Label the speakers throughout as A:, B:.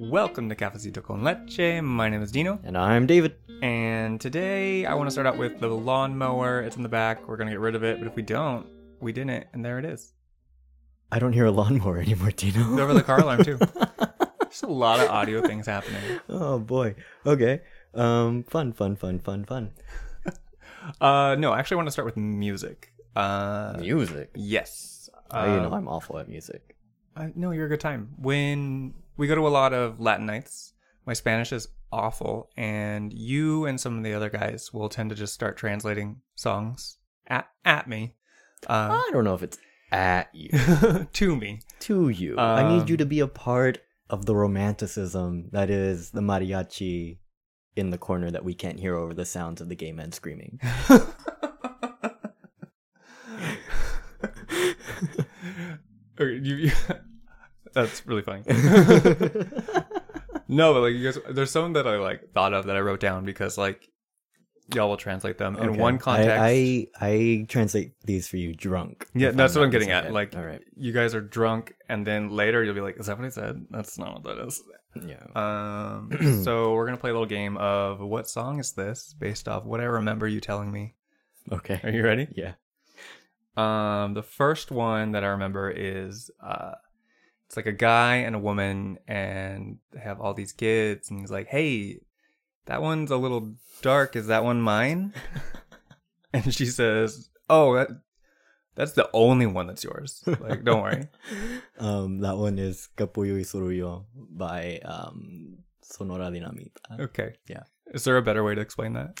A: Welcome to Cafecito con Leche. My name is Dino,
B: And I'm David.
A: and today I want to start out with the lawnmower. It's in the back. We're gonna get rid of it, but if we don't, we didn't, and there it is.
B: I don't hear a lawnmower anymore,
A: It's
B: Dino.
A: over the car alarm too. There's a lot of audio things happening.
B: oh boy. Okay. Um fun, fun, fun, fun, fun.
A: Uh, no, I actually want to start with music. Uh,
B: Music.
A: yes.
B: Oh, you know
A: Um,
B: I'm awful at music.
A: I, no, you're a good time. When we go to a lot of Latin nights, my Spanish is awful, and you and some of the other guys will tend to just start translating songs at, at me, uh,
B: I don't know if it's at you.
A: to me.
B: to you. I need you
A: Um,
B: to be a part of the romanticism that is the mariachi in the corner that we can't hear over the sounds of the gay men screaming.
A: Or you- you- that's really funny. no, but like you guys, there's some that I like thought of that I wrote down because like y'all will translate them in
B: Okay.
A: one context.
B: I, I I translate these for you drunk.
A: Yeah,
B: if
A: that's what
B: not
A: I'm getting at,
B: mistaken.
A: like-
B: all right.
A: you guys are drunk, and then later you'll be like, "Is that what I said? That's not what that is."
B: Yeah.
A: Um, so we're gonna play a little game of what song is this based off what I remember you telling me. Are
B: Okay.
A: you ready?
B: Yeah.
A: Um, the first one that I remember is uh, it's like a guy and a woman, and they have all these kids, and he's like, "Hey, that one's a little dark. Is that one mine?" and she says, "Oh, that, that's the only one that's yours. Like, don't worry."
B: Um, that one is Capullo y Sorullo by um, Sonora Dinamita.
A: Okay.
B: Yeah.
A: Is there a better way to explain that?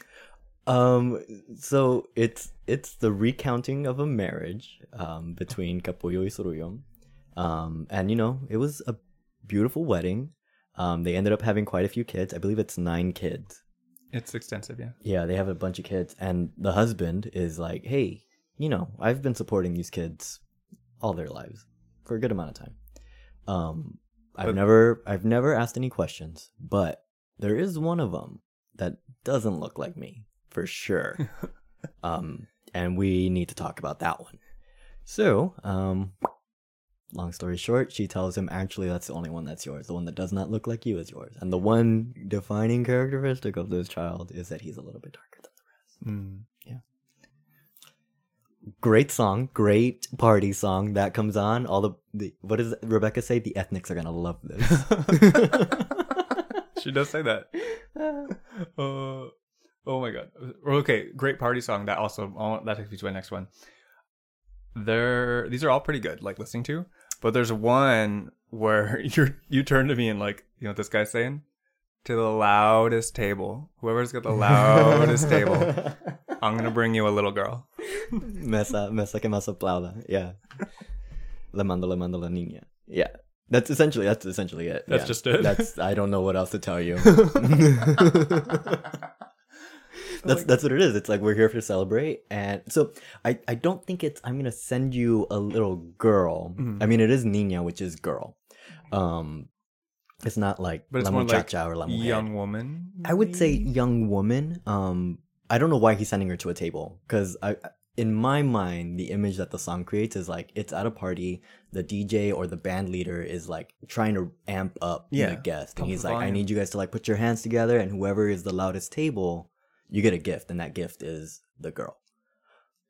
B: Um, so it's it's the recounting of a marriage um, between Capullo y Sorullo. Um, and you know, it was a beautiful wedding. Um, they ended up having quite a few kids. I believe it's nine kids.
A: It's extensive, yeah.
B: Yeah, they have a bunch of kids, and the husband is like, "Hey, you know, I've been supporting these kids all their lives for a good amount of time. Um, I've
A: But-
B: never, I've never asked any questions, but there is one of them that doesn't look like me for sure. um, and we need to talk about that one. So, um." Long story short, she tells him, actually, that's the only one that's yours. The one that does not look like you is yours. And the one defining characteristic of this child is that he's a little bit darker than the
A: Mm.
B: rest. Great song, great party song that comes on. All the, the what does Rebecca say? The ethnics are gonna love this.
A: She does say that. Uh, oh my god. Okay, great party song. That also oh, that takes me to my next one. There, these are all pretty good, like listening to. But there's one where you you turn to me and like, you know what this guy's saying? To the loudest table, whoever's got the loudest Oh, table, I'm gonna bring you a little girl.
B: mesa, mesa que más aplauda. Yeah. Le mando, le mando la niña. Yeah. That's essentially that's essentially it.
A: That's
B: Yeah.
A: just it.
B: That's I don't know what else to tell you. that's that's what it is. It's like we're here to celebrate, and so I I don't think it's I'm gonna send you a little girl.
A: Mhm.
B: I mean, it is niña, which is girl. Um, it's not like
A: But it's
B: la
A: more like
B: muchacha or la mujer.
A: Young woman.
B: I would say
A: maybe?
B: young woman. Um, I don't know why he's sending her to a table because I, in my mind, the image that the song creates is like it's at a party. The DJ or the band leader is like trying to amp up
A: Yeah.
B: the guest,
A: Pump
B: and he's
A: the
B: like, "I
A: volume.
B: need you guys to like put your hands together, and whoever is the loudest table, you get a gift, and that gift is the girl."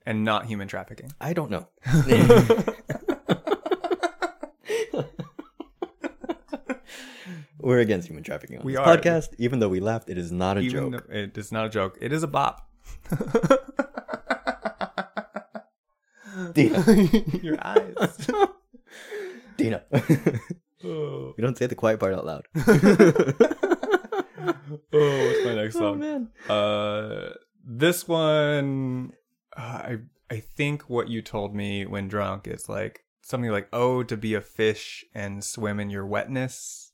A: and not human trafficking.
B: I don't know. We're against human trafficking on
A: We
B: this
A: are.
B: podcast. Even though we laughed, it is not a joke.
A: Even though it is not a joke. It is a bop.
B: Dina,
A: Your eyes.
B: Dina.
A: oh.
B: we don't say the quiet part out loud.
A: Oh, what's my next song?
B: man.
A: Uh, this one, uh, I I think what you told me when drunk is like something like, "Oh, to be a fish and swim in your wetness."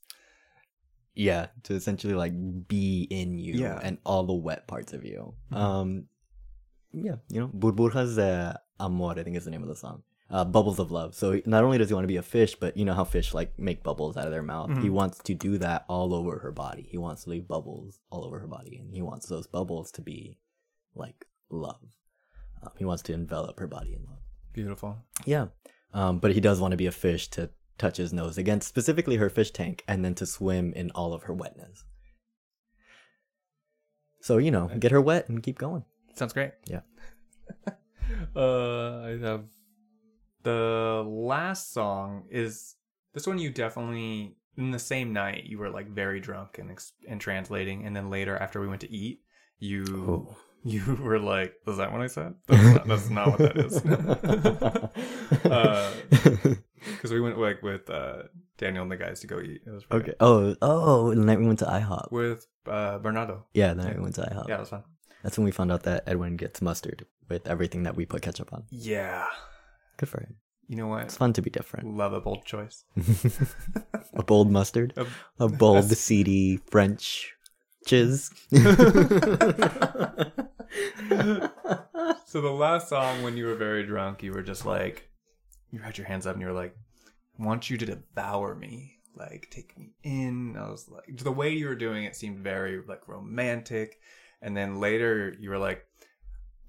B: Yeah, to essentially like be in you
A: Yeah.
B: and all the wet parts of you.
A: Mhm.
B: Um, yeah, you know, Burbujas de Amor, I think is the name of the song. Uh, bubbles of love. So not only does he want to be a fish, but you know how fish like make bubbles out of their mouth. He
A: Mhm.
B: wants to do that all over her body. He wants to leave bubbles all over her body, and he wants those bubbles to be like love. Um, he wants to envelop her body in love.
A: Beautiful.
B: Yeah. Um, but he does want to be a fish to touch his nose against specifically her fish tank and then to swim in all of her wetness. So, you know, get her wet and keep going.
A: Sounds great.
B: Yeah.
A: uh, I have the last song is this one. You definitely in the same night you were like very drunk and ex- and translating, and then later after we went to eat, you you were like, "Is that what I said? That's not, that's not what that is." Uh, Because we went like with uh, Daniel and the guys to go eat. It was pretty
B: okay.
A: good.
B: Oh, oh, the night we went to IHOP.
A: With uh, Bernardo.
B: Yeah, the night we went to IHOP.
A: Yeah, that was fun.
B: That's when we found out that Edwin gets mustard with everything that we put ketchup on.
A: Yeah.
B: Good for him.
A: You know what?
B: It's fun to be different.
A: Love a bold choice.
B: a bold mustard,
A: A-
B: a bold, seedy French chiz.
A: So the last song, when you were very drunk, you were just like, you had your hands up and you were like, I want you to devour me. Like, take me in. I was like, the way you were doing it seemed very, like, romantic. And then later you were like,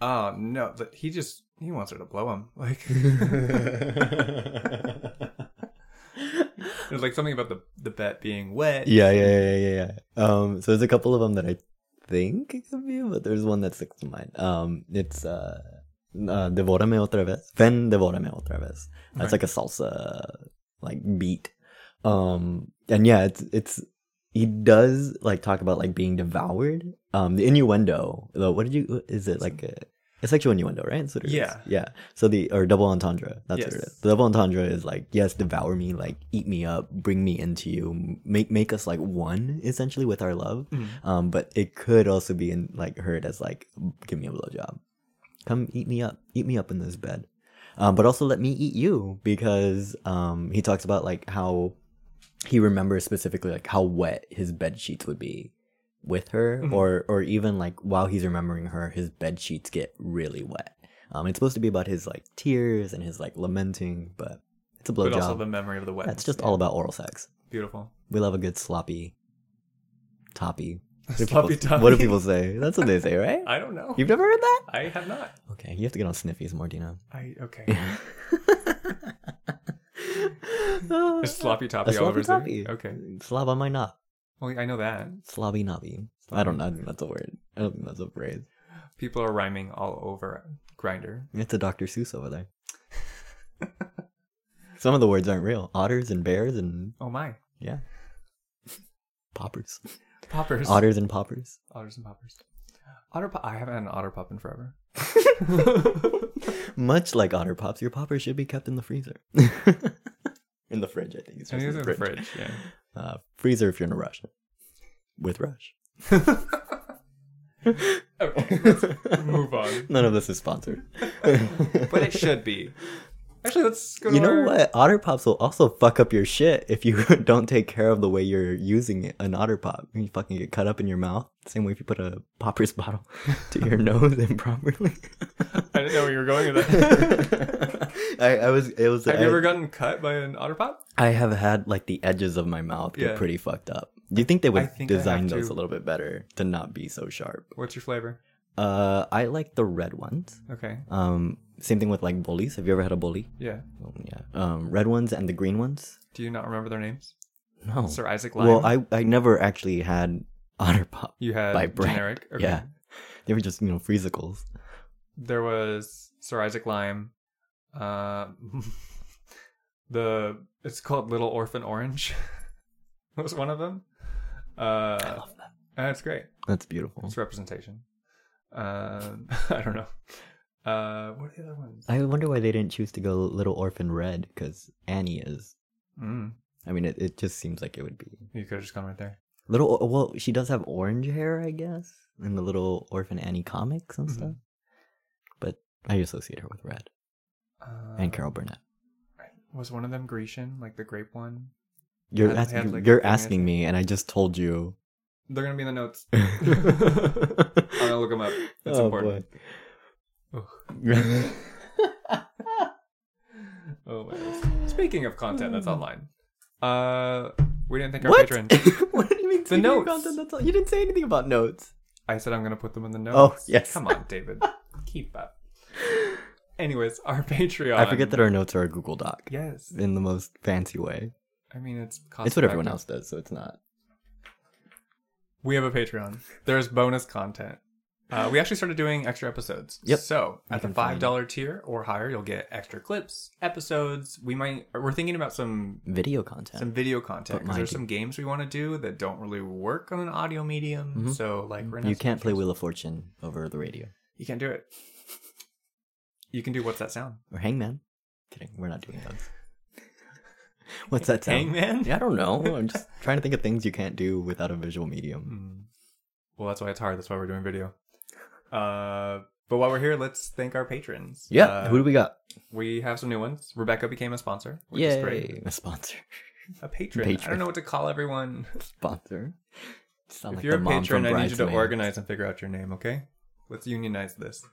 A: oh, no, but he just, he wants her to blow him. Like, there's like something about the, the bet being wet.
B: Yeah, yeah, yeah, yeah, yeah. Um, so there's a couple of them that I think it could be, but there's one that sticks to mind. Um, it's uh, uh "Devórame otra vez," "Ven, devórame otra vez."
A: Right.
B: That's like a salsa like beat. Um, and yeah, it's it's he does like talk about like being devoured. Um, the innuendo though, what did you? Is it like a? It's sexual innuendo, right? That's what it is.
A: Yeah.
B: yeah. So the or double entendre. That's what
A: Yes.
B: it is. The double entendre is like, yes, devour me, like eat me up, bring me into you, make make us like one essentially with our love.
A: Mhm.
B: Um, but it could also be in, like heard as like, give me a blowjob, come eat me up, eat me up in this bed, um, but also let me eat you because um, he talks about like how he remembers specifically like how wet his bed sheets would be with her
A: Mhm.
B: or or even like while he's remembering her his bed sheets get really wet um it's supposed to be about his like tears and his like lamenting but it's a
A: But also
B: blowjob
A: the memory of the wet.
B: that's just all about oral sex
A: Beautiful.
B: we love a good sloppy toppy What do
A: Sloppy
B: people- what do
A: toppy.
B: people say that's what they say right
A: I don't know.
B: you've never heard that
A: I have not.
B: okay you have to get on sniffies more dino
A: I, okay. Is sloppy toppy
B: a
A: all over
B: sloppy
A: his name?
B: toppy
A: Okay.
B: slob on my knob
A: Well, I know that.
B: Slobby knobby. I don't know. I think that's a word. I don't think that's a phrase.
A: People are rhyming all over Grinder.
B: It's a Dr. Seuss over there. Some of the words aren't real. Otters and bears and
A: Oh my.
B: yeah, poppers.
A: Poppers.
B: Otters and poppers.
A: Otters and poppers. Otter pop- I haven't had an otter pop in forever.
B: Much like otter pops, your poppers should be kept in the freezer. in the fridge, I think. It's
A: I think
B: just in
A: it's
B: the
A: in the fridge. Yeah.
B: Uh, freezer if you're in a rush. With rush.
A: Okay. Let's move on.
B: None of this is sponsored.
A: But it should be. Actually, let's go to
B: You know
A: our-
B: what? Otter pops will also fuck up your shit if you don't take care of the way you're using it. An otter pop, you fucking get cut up in your mouth. Same way if you put a poppers bottle to your nose improperly.
A: I didn't know where you were going with that.
B: I, I was. It was.
A: Have
B: I,
A: you ever gotten cut by an otter pop?
B: I have had like the edges of my mouth get
A: Yeah.
B: pretty fucked up. Do you think they
A: I
B: would
A: think I
B: design
A: have
B: those
A: to.
B: a little bit better to not be so sharp?
A: What's your flavor?
B: Uh, I like the red ones.
A: Okay.
B: Um, same thing with like bullies. Have you ever had a bully?
A: Yeah.
B: Oh, yeah. Um, red ones and the green ones.
A: Do you not remember their names?
B: No.
A: Sir Isaac Lyon.
B: Oh. Well, I I never actually had otter pop.
A: you had
B: by brand.
A: generic.
B: Yeah, they were just you know freezicles.
A: there was Sir Isaac Lyme. Uh, the it's called Little Orphan Orange. was one of them. Uh, I
B: Oh.
A: love that. That's great.
B: That's beautiful.
A: It's representation. Um, I don't know. Uh, what are the other ones?
B: I wonder why they didn't choose to go Little Orphan Red because Annie is.
A: Mm,
B: I mean, it, it just seems like it would be
A: you could have just gone right there.
B: little. Or- Well, she does have orange hair, I guess, in the Little Orphan Annie comics and
A: Mhm.
B: stuff. But I associate her with red
A: Uh,
B: and Carol Burnett.
A: Was one of them Grecian, like the grape one?
B: You're
A: had-
B: asking.
A: had, like,
B: you're
A: thing is-
B: asking me, and I just told you.
A: They're gonna be in the notes.
B: I'm
A: gonna look 'em up. It's
B: Oh,
A: important. Ugh. Oh, my goodness. Speaking of content that's online, uh, we didn't thank our
B: what?
A: patrons.
B: Hmm. what do you mean?
A: The
B: speaking of
A: notes.
B: Content, that's all. You didn't say anything about notes.
A: I said I'm gonna put them in the notes.
B: Oh, yes.
A: Come on, David. Keep up. Anyways, our Patreon.
B: I forget that our notes are a Google Doc
A: Yes.
B: in the most fancy way.
A: I mean, it's cost
B: It's what everyone
A: effective.
B: else does, so it's not.
A: We have a Patreon. There's bonus content. Uh, we actually started doing extra episodes.
B: Yep.
A: So at the
B: can
A: five
B: find-
A: dollar tier or higher, you'll get extra clips, episodes. We might. We're thinking about some
B: Video content.
A: some video content
B: But
A: because there's
B: mind you-
A: some games we want to do that don't really work on an audio medium.
B: Mhm.
A: So like we're not
B: you can't play Wheel of Fortune over the radio.
A: You can't do it. You can do what's that sound?
B: Or Hangman. Kidding. We're not doing those. What's that sound?
A: Hangman.
B: Yeah, I don't know. I'm just trying to think of things you can't do without a visual medium.
A: Hmm. Well, that's why it's hard. That's why we're doing video. Uh, but while we're here, let's thank our patrons.
B: Yeah.
A: Uh,
B: who do we got?
A: we have some new ones. Rebecca became a sponsor, which
B: Yay.
A: is great.
B: A sponsor.
A: A patron. I don't
B: Patron.
A: know what to call everyone.
B: Sponsor. Sound
A: if
B: like
A: you're
B: the
A: a
B: mom
A: patron,
B: from
A: I need you to
B: Bridesmaid.
A: organize and figure out your name, okay? Let's unionize this.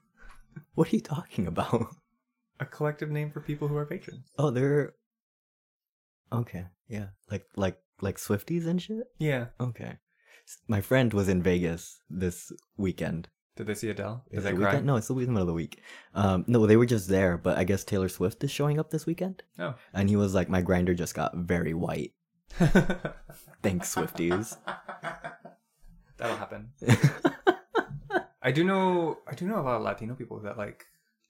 B: What are you talking about?
A: A collective name for people who are patrons.
B: Oh, they're okay. Yeah, like like like Swifties and shit.
A: Yeah.
B: Okay, S- my friend was in Vegas this weekend.
A: Did they see Adele? Did
B: Is
A: they
B: it
A: cry?
B: weekend? No, it's the middle of the week. Um, no, they were just there, but I guess Taylor Swift is showing up this weekend,
A: No.
B: and he was like, "My grinder just got very white."
A: Oh.
B: Thanks, Swifties.
A: That'll happen. I do know I do know a lot of Latino people that like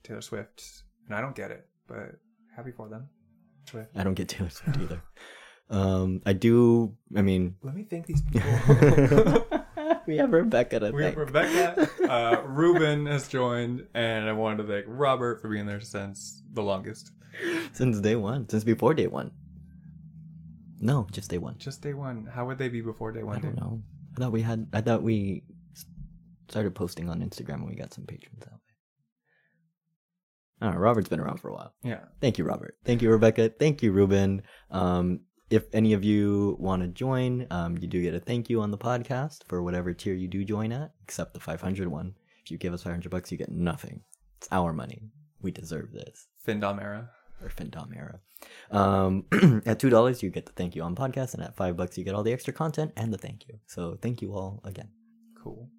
A: Taylor Swift, and I don't get it, but happy for them. Swift.
B: I don't get Taylor Swift either. Um, I do. I mean,
A: Let me thank these people.
B: we have Rebecca to
A: we have
B: thank.
A: Rebecca, uh, Ruben has joined, and I wanted to thank Robert for being there since the longest,
B: since day one, since before day one. No, just day one.
A: just day one. How would they be before day
B: I
A: one?
B: don't
A: dude?
B: know. I thought we had. I thought we s- started posting on Instagram when we got some patrons that way. Uh, Robert's been around for a while.
A: Yeah,
B: Thank you, Robert. Thank you, Rebecca. Thank you, Ruben. Um, if any of you want to join, um, you do get a thank you on the podcast for whatever tier you do join at, except the 500 one. If you give us 500 bucks, you get nothing. It's our money. We deserve this
A: Finn Domera.
B: or Findom era. Um, at two dollars, you get the thank you on podcast, and at five bucks, you get all the extra content and the thank you. So thank you all again.
A: Cool.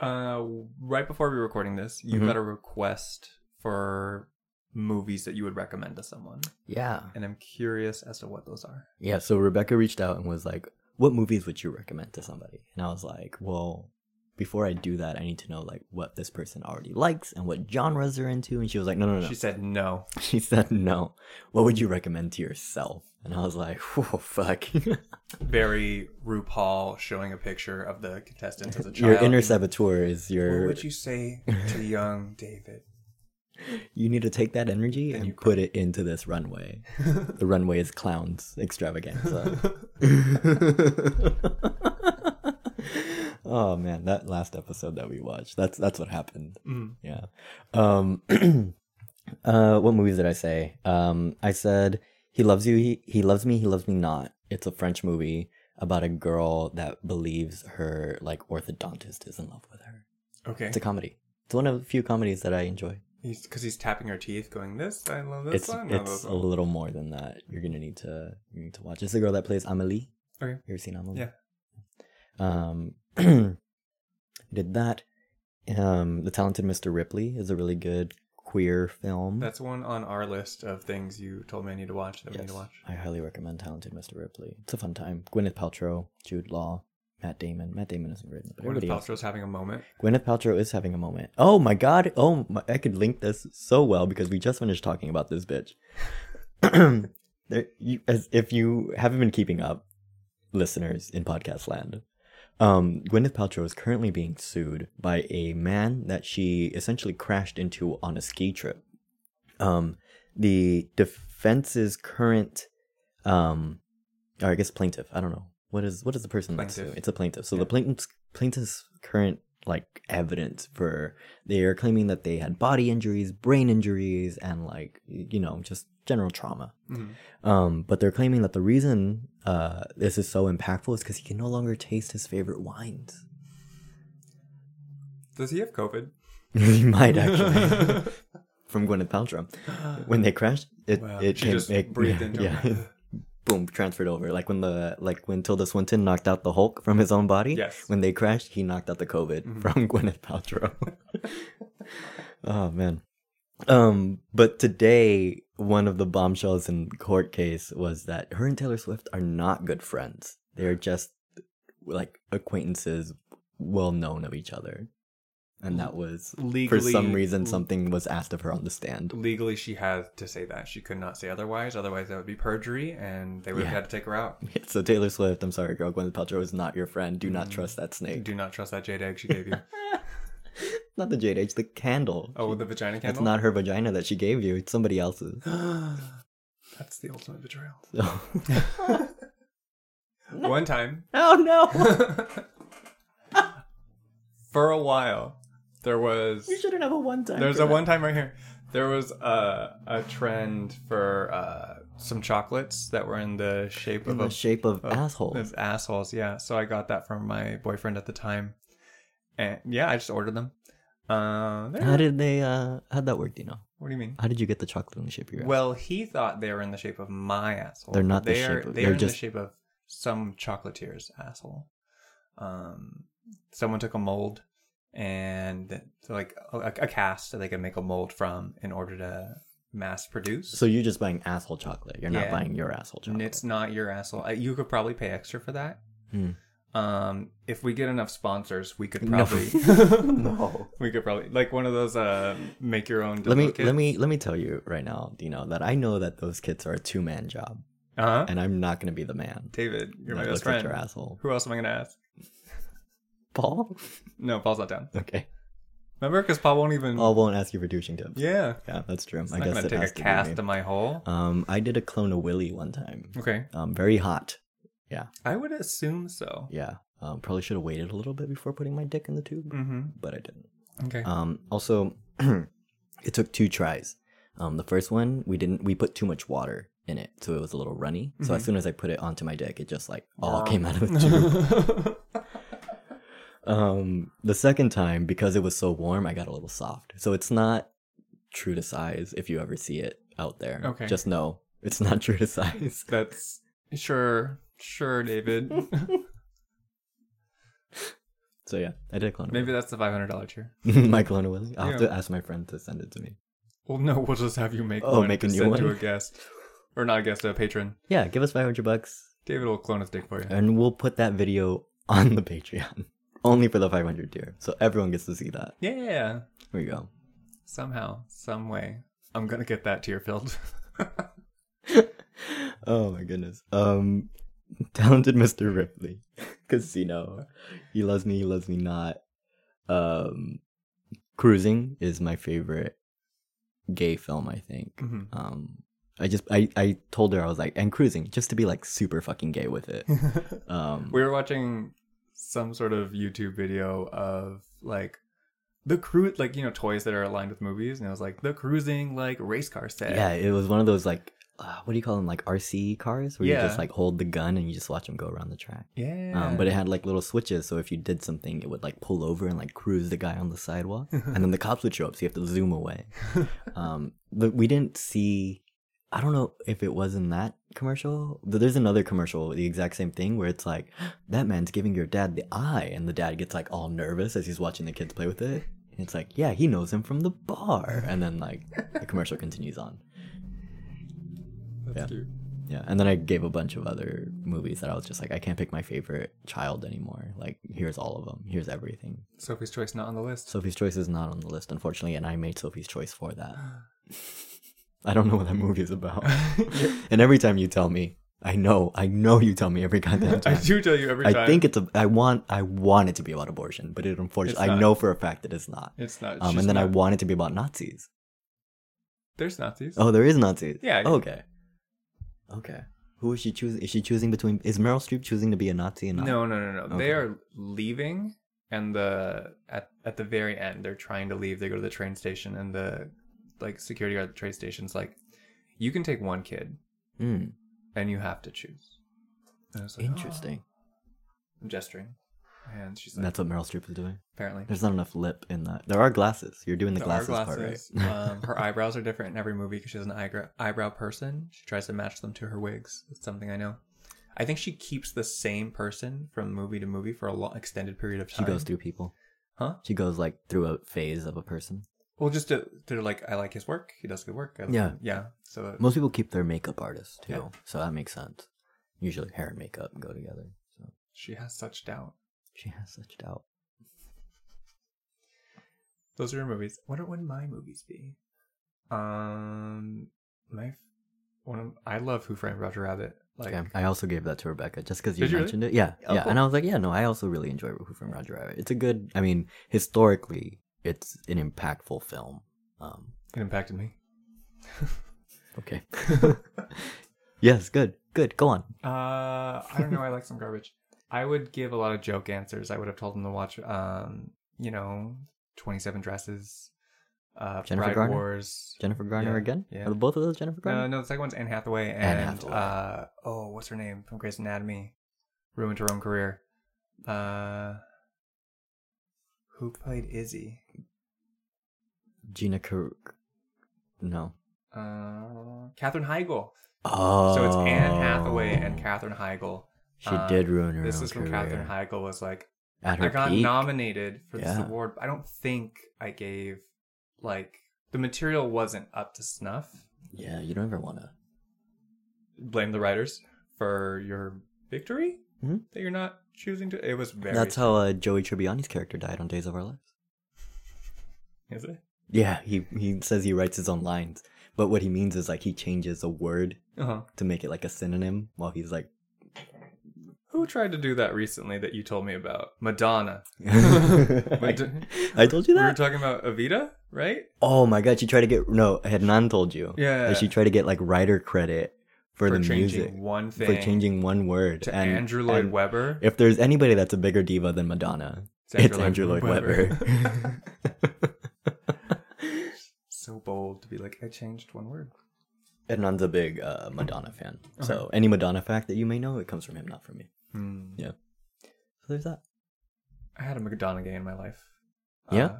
A: Uh, right before we were recording this, you
B: Mhm.
A: got a request for movies that you would recommend to someone,
B: Yeah,
A: and I'm curious as to what those are.
B: yeah. So Rebecca reached out and was like, "What movies would you recommend to somebody?" And I was like, "Well." Before I do that, I need to know like what this person already likes and what genres they're into. And she was like, "No, no, no."
A: She said no.
B: she said, "No." What would you recommend to yourself? And I was like, "Whoa, fuck!"
A: Very RuPaul showing a picture of the contestants as a child.
B: your inner saboteur is
A: What
B: your.
A: would you say to young David?
B: You need to take that energy
A: Then
B: and
A: you
B: put it into this runway. the runway is clowns extravaganza. oh man, that last episode that we watched. That's that's what happened.
A: Mm.
B: Yeah. Um uh what movies did I say? Um I said He Loves You, He, he Loves Me, He Loves Me Not. It's a French movie about a girl that believes her like orthodontist is in love with her.
A: Okay,
B: It's a comedy. It's one of the few comedies that I enjoy.
A: because he's, tapping her teeth, going, "This I love this
B: it's
A: one." I love
B: it's
A: this
B: a
A: one."
B: little more than that. You're gonna need to you need to watch. It's the girl that plays Amelie.
A: Okay.
B: You ever seen Amelie?
A: Yeah.
B: Um, did that. Um, The Talented Mr. Ripley is a really good queer film.
A: That's one on our list of things you told me I need to watch that we need to
B: Yes.
A: watch.
B: I highly recommend Talented Mr. Ripley. It's a fun time. Gwyneth Paltrow, Jude Law, Matt Damon. Matt Damon isn't written, but
A: What if
B: everybody else.
A: Paltrow's having a moment?
B: Gwyneth Paltrow is having a moment. Oh my god. Oh, my, I could link this so well because we just finished talking about this bitch. there, you, as if you haven't been keeping up, listeners in podcast land, um, Gwyneth Paltrow is currently being sued by a man that she essentially crashed into on a ski trip. Um, the defense's current, um, or I guess plaintiff. I don't know what is what is the person that's
A: Plaintiff.
B: suing? It's a plaintiff. So
A: Yeah.
B: the plaintiff's plaintiff's current like evidence for they are claiming that they had body injuries, brain injuries, and like you know just general trauma.
A: Mhm.
B: Um, but they're claiming that the reason uh, this is so impactful is because he can no longer taste his favorite wines.
A: Does he have COVID?
B: he might actually from Gwyneth Paltrow. When they crashed, it
A: Wow.
B: it
A: she
B: came,
A: just
B: it-
A: breathed
B: yeah,
A: into
B: yeah,
A: him.
B: boom, transferred over. Like when the like when Tilda Swinton knocked out the Hulk from his own body.
A: Yes.
B: When they crashed, he knocked out the COVID
A: Mhm.
B: from Gwyneth Paltrow. oh man. Um, but today one of the bombshells in court case was that her and Taylor Swift are not good friends. They are just like acquaintances, well known of each other. And that was
A: legally
B: for some reason something was asked of her on the stand.
A: legally she had to say that she could not say otherwise otherwise that would be perjury and they would
B: Yeah.
A: have had to take her out
B: So Taylor Swift, I'm sorry, girl. Gwyneth Paltrow is not your friend. Do not
A: Mm.
B: trust that snake.
A: do not trust that jade egg she gave you
B: not the jade. It's the candle.
A: oh the vagina
B: That's
A: candle
B: not her vagina that she gave you. It's somebody else's.
A: that's the ultimate betrayal
B: So.
A: one time
B: oh no!
A: for a while there was
B: You shouldn't have a one time.
A: There's a one time right here. There was a a trend for uh, some chocolates that were in the shape
B: in
A: of
B: the
A: a
B: shape of assholes.
A: of assholes. Yeah, so I got that from my boyfriend at the time, and yeah, I just ordered them. Uh, they're-
B: How did they? uh How'd that work? Do you know?
A: what do you mean?
B: How did you get the chocolate in the shape of your?
A: Well, he thought they were in the shape of my asshole.
B: They're not the
A: They are,
B: shape of-
A: They
B: they're
A: are in
B: just-
A: the shape of some chocolatier's asshole. Um, someone took a mold and so like a, a cast that they could make a mold from in order to mass produce.
B: so you're just buying asshole chocolate. You're not
A: Yeah.
B: buying your asshole
A: And
B: chocolate.
A: it's not your asshole. Uh, You could probably pay extra for that.
B: Hmm.
A: Um, if we get enough sponsors, we could
B: No.
A: probably.
B: no.
A: We could probably like one of those uh make your own.
B: Let me
A: dildo
B: let
A: kits.
B: me let me tell you right now, Dino, that I know that those kits are a two man job,
A: Uh-huh.
B: and I'm not gonna be the man.
A: David, you're my
B: that
A: best
B: looks at
A: friend.
B: your asshole,
A: Who else am I gonna ask?
B: Paul.
A: No, Paul's not down.
B: Okay,
A: Remember, because Paul won't even.
B: Paul won't ask you for douching tips.
A: yeah,
B: Yeah, that's true.
A: it's
B: Oh, I
A: not
B: guess
A: gonna
B: it
A: take a
B: has to
A: cast
B: be
A: of
B: me.
A: my hole.
B: Um, I did a clone of Willy one time.
A: Okay,
B: Um, very hot.
A: I would assume so.
B: Yeah. Um, probably should have waited a little bit before putting my dick in the tube,
A: Mm-hmm.
B: but I didn't.
A: Okay.
B: Um, also, it took two tries. Um, the first one we didn't we put too much water in it, so it was a little runny. So
A: Mm-hmm.
B: as soon as I put it onto my dick, it just like all came out of the tube. Um, the second time, because it was so warm, I got a little soft. So it's not true to size if you ever see it out there.
A: Okay.
B: Just know it's not true to size.
A: That's sure, sure, David.
B: So yeah, I did clone
A: Maybe that's the five hundred dollar tier.
B: Willy. my clone of Willy. I'll have
A: Yeah.
B: to ask my friend to send it to me.
A: Well, no, we'll just have you make
B: Oh,
A: one
B: make
A: to
B: a new
A: send to
B: one.
A: a guest, or not a guest, a patron.
B: Yeah, give us 500 bucks
A: David will clone his dick for you.
B: and we'll put that video on the Patreon. Only for the 500 tier. So everyone gets to see that.
A: yeah,
B: Here we go.
A: somehow, some way, I'm gonna get that tier filled.
B: Oh my goodness. Um talented Mr. Ripley. Casino. He loves me, he loves me not. Um Cruising is my favorite gay film, I think.
A: Mhm.
B: Um I just I, I told her I was like, and cruising, just to be like super fucking gay with it.
A: Mm-hmm.
B: Um
A: we were watching some sort of YouTube video of like the cruise, like you know, toys that are aligned with movies, and it was like the cruising like race car set.
B: Yeah, it was one of those like uh, what do you call them like RC cars where you
A: Yeah.
B: just like hold the gun and you just watch them go around the track.
A: yeah.
B: Um, but it had like little switches, so if you did something, it would like pull over and like cruise the guy on the sidewalk, and then the cops would show up, so you have to zoom away. um, but we didn't see. I don't know if it was in that commercial. Th- There's another commercial, the exact same thing, where it's like that man's giving your dad the eye, and the dad gets like all nervous as he's watching the kids play with it. And it's like, yeah, he knows him from the bar, and then like the commercial continues on.
A: That's
B: yeah.
A: cute.
B: Yeah, and then I gave a bunch of other movies that I was just like, I can't pick my favorite child anymore. Like, here's all of them. Here's everything.
A: Sophie's Choice not on the list.
B: Sophie's Choice is not on the list, unfortunately, and I made Sophie's Choice for that. I don't know what that movie is about. and every time you tell me, I know, I know you tell me every goddamn
A: I
B: time.
A: do tell you every
B: I
A: time.
B: think it's a. I want. I want it to be about abortion, but it unfortunately,
A: It's
B: I
A: not.
B: know for a fact that it's not.
A: it's not.
B: Um,
A: she's
B: and then I
A: not-
B: want it to be about Nazis.
A: there's Nazis.
B: Oh, there is Nazis.
A: Yeah, yeah.
B: Okay. Okay. Who is she choosing? Is she choosing between? Is Meryl Streep choosing to be a Nazi and not?
A: No, no, no, no.
B: Okay.
A: They are leaving, and the at at the very end, they're trying to leave. They go to the train station, and the like security guard at the train station's like, "You can take one kid,
B: Hmm,
A: and you have to choose." And I was like, "Oh."
B: interesting.
A: I'm gesturing. Man, she's
B: And
A: like,
B: that's what Meryl Streep is doing.
A: apparently.
B: There's not enough lip in that. There are glasses. You're doing the
A: There are
B: glasses, part, right?
A: um, her eyebrows are different in every movie because she's an eyebrow, eyebrow person. She tries to match them to her wigs. That's something I know. I think she keeps the same person from movie to movie for a long extended period of
B: she
A: time.
B: goes through people.
A: huh?
B: She goes like through a phase of a person.
A: Well, just to, to like, I like his work. He does good work. I-
B: Yeah.
A: yeah. So
B: Most people keep their makeup artist too,
A: Yeah.
B: so that makes sense. Usually, hair and makeup go together. So
A: she has such doubt.
B: she has such doubt.
A: Those are your movies. I wonder when my movies be. Um, my f- one. Of, I love Who Framed Roger Rabbit. Like,
B: yeah, I also gave that to Rebecca just because you,
A: Did you really?
B: mentioned it. Yeah,
A: Oh,
B: yeah,
A: cool.
B: and I was like, yeah, no, I also really enjoy Who from Roger Rabbit. It's a good. I mean, historically, it's an impactful film. Um,
A: it impacted me.
B: okay. yes, good, good. Go on.
A: Uh, I don't know. I like some garbage. I would give a lot of joke answers. I would have told him to watch, um, you know, Twenty Seven Dresses, uh,
B: Jennifer
A: Bride
B: Garner?
A: Wars.
B: Jennifer Garner
A: Yeah,
B: again?
A: yeah.
B: Are both of those Jennifer
A: No,
B: Garner?
A: no, the second one's Anne Hathaway and
B: Hathaway.
A: uh, oh, what's her name from Grey's Anatomy, ruined her own career. Uh, who played Izzy?
B: Gina Car- No.
A: Uh, Katherine Heigl.
B: Oh.
A: So it's Anne Hathaway and Katherine Heigl.
B: She
A: uh,
B: did ruin her
A: This
B: own
A: is when
B: career.
A: Katherine Heigl was like,
B: At her
A: I got
B: peak.
A: nominated for this
B: Yeah.
A: award. but I don't think I gave like the material wasn't up to snuff.
B: Yeah, you don't ever want to.
A: Blame the writers for your victory
B: Mhm.
A: that you're not choosing to. It was very.
B: That's how uh, Joey Tribbiani's character died on Days of Our Lives.
A: Is it?
B: Yeah, he, he says he writes his own lines, but what he means is like he changes a word
A: Uh huh.
B: to make it like a synonym while he's like,
A: Who tried to do that recently that you told me about? Madonna.
B: I,
A: Mad-
B: I told you
A: we were
B: that.
A: talking about Evita, right?
B: oh my god, she tried to get no. Hadnan told you.
A: Yeah.
B: that she tried to get like writer credit for,
A: for
B: the
A: changing
B: music
A: one thing
B: for changing one word
A: to
B: and-
A: Andrew Lloyd
B: and
A: Webber.
B: If there's anybody that's a bigger diva than Madonna, it's Andrew Lloyd Webber.
A: so bold to be like, I changed one word.
B: Ednan's a big uh, Madonna fan,
A: Uh-huh.
B: so any Madonna fact that you may know, it comes from him, not from me.
A: Hmm.
B: Yeah. So there's that.
A: I had a McDonald's in my life. Uh,
B: Yeah?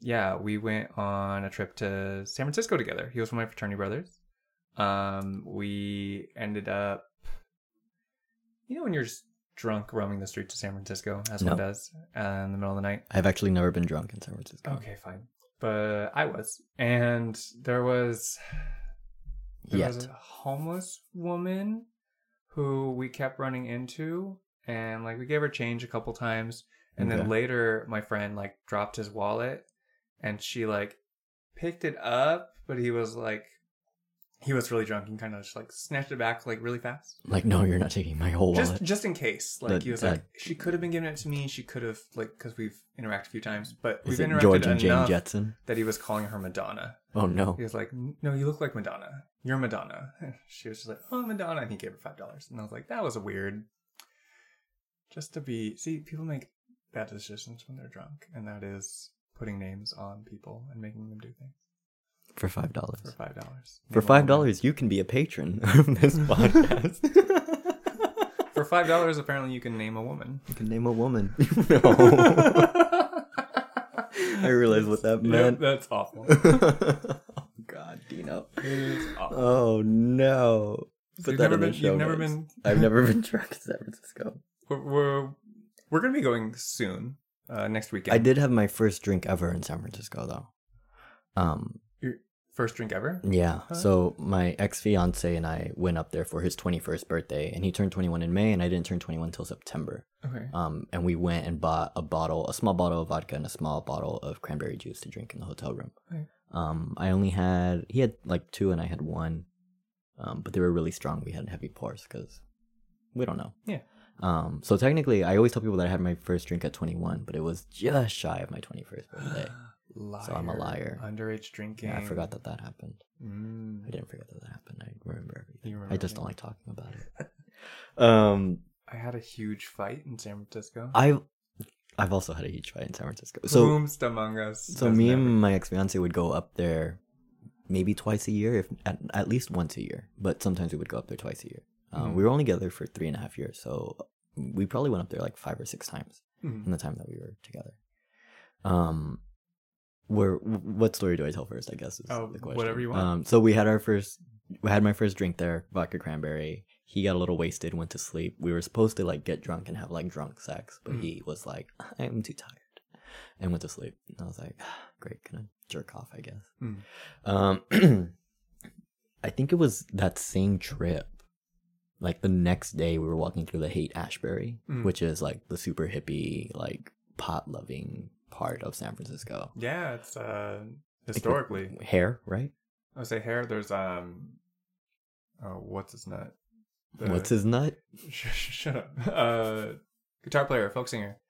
A: yeah, we went on a trip to San Francisco together. He was one of my fraternity brothers. Um, we ended up, you know, when you're just drunk roaming the streets of San Francisco, as one
B: No.
A: does, uh, in the middle of the night.
B: I've actually never been drunk in San Francisco.
A: Okay, fine. But I was, and there was there was
B: Yet.
A: a homeless woman who we kept running into and like we gave her change a couple times and
B: Okay.
A: then later my friend like dropped his wallet and she like picked it up but he was like he was really drunk and kind of just like snatched it back like really fast
B: Like, no, you're not taking my whole wallet.
A: just just in case like
B: That-
A: he was
B: that-
A: like she could have been giving it to me she could have like because we've interacted a few times but
B: Is
A: we've
B: it
A: interacted
B: George and Jane
A: enough
B: Jetson?
A: that he was calling her madonna
B: Oh no.
A: he was like, "No, you look like Madonna. You're Madonna." She was just like, "Oh, Madonna," and he gave her five dollars. And I was like, "That was a weird." Just to be see, people make bad decisions when they're drunk, and that is putting names on people and making them do things
B: For five dollars.
A: for five dollars.
B: For five dollars, you can be a patron of this podcast.
A: For five dollars, apparently you can name a woman.
B: you can name a woman. no. I Oh. realize what that
A: Yep,
B: meant.
A: that's awful.
B: oh God, Dino.
A: It's awful.
B: Oh no. Put
A: you've
B: that
A: never
B: in the
A: been.
B: show
A: You've never
B: notes.
A: been.
B: I've never been drunk in San Francisco.
A: We're we're, we're gonna be going soon. Uh, next weekend.
B: I did have my first drink ever in San Francisco though. Um,
A: Your first drink ever.
B: Yeah.
A: Huh?
B: So my ex fiance and I went up there for his 21st birthday, and he turned 21 in May, and I didn't turn 21 until September.
A: Okay.
B: Um, and we went and bought a bottle, a small bottle of vodka, and a small bottle of cranberry juice to drink in the hotel room.
A: Right.
B: Um, I only had he had like two, and I had one, um, but they were really strong. We had heavy pours because we don't know.
A: Yeah.
B: Um, so technically, I always tell people that I had my first drink at 21, but it was just shy of my 21st birthday.
A: liar.
B: So I'm a liar.
A: Underage drinking.
B: yeah, I forgot that that happened. I
A: Mm,
B: didn't forget that that happened. I remember everything.
A: You remember
B: I just don't like talking about it. um,
A: I had a huge fight in San Francisco.
B: I've I've also had a huge fight in San Francisco. So
A: Boomst among us.
B: so
A: does
B: me
A: never-
B: and my ex fiance would go up there, maybe twice a year, if at, at least once a year. But sometimes we would go up there twice a year. Um,
A: Mhm.
B: We were only together for three and a half years, so we probably went up there like five or six times
A: Mhm.
B: in the time that we were together. Um, where what story do I tell first? I guess is
A: Oh,
B: the question.
A: whatever you want.
B: Um, so we had our first, we had my first drink there, vodka cranberry. He got a little wasted, went to sleep. We were supposed to like get drunk and have like drunk sex, but
A: Mm.
B: he was like, "I'm too tired," and went to sleep. And I was like, "Ah, "Great, gonna jerk off, I guess."
A: Mm.
B: Um, I think it was that same trip. Like the next day, we were walking through the Hate Ashbury,
A: Mm.
B: which is like the super hippie, like pot loving part of San Francisco.
A: Yeah, it's uh
B: Like,
A: historically.
B: with hair, right?
A: I would say hair. There's um, oh, what's his nut? The-
B: What's his nut?
A: Sh- sh- shut up. Uh, guitar player, folk singer,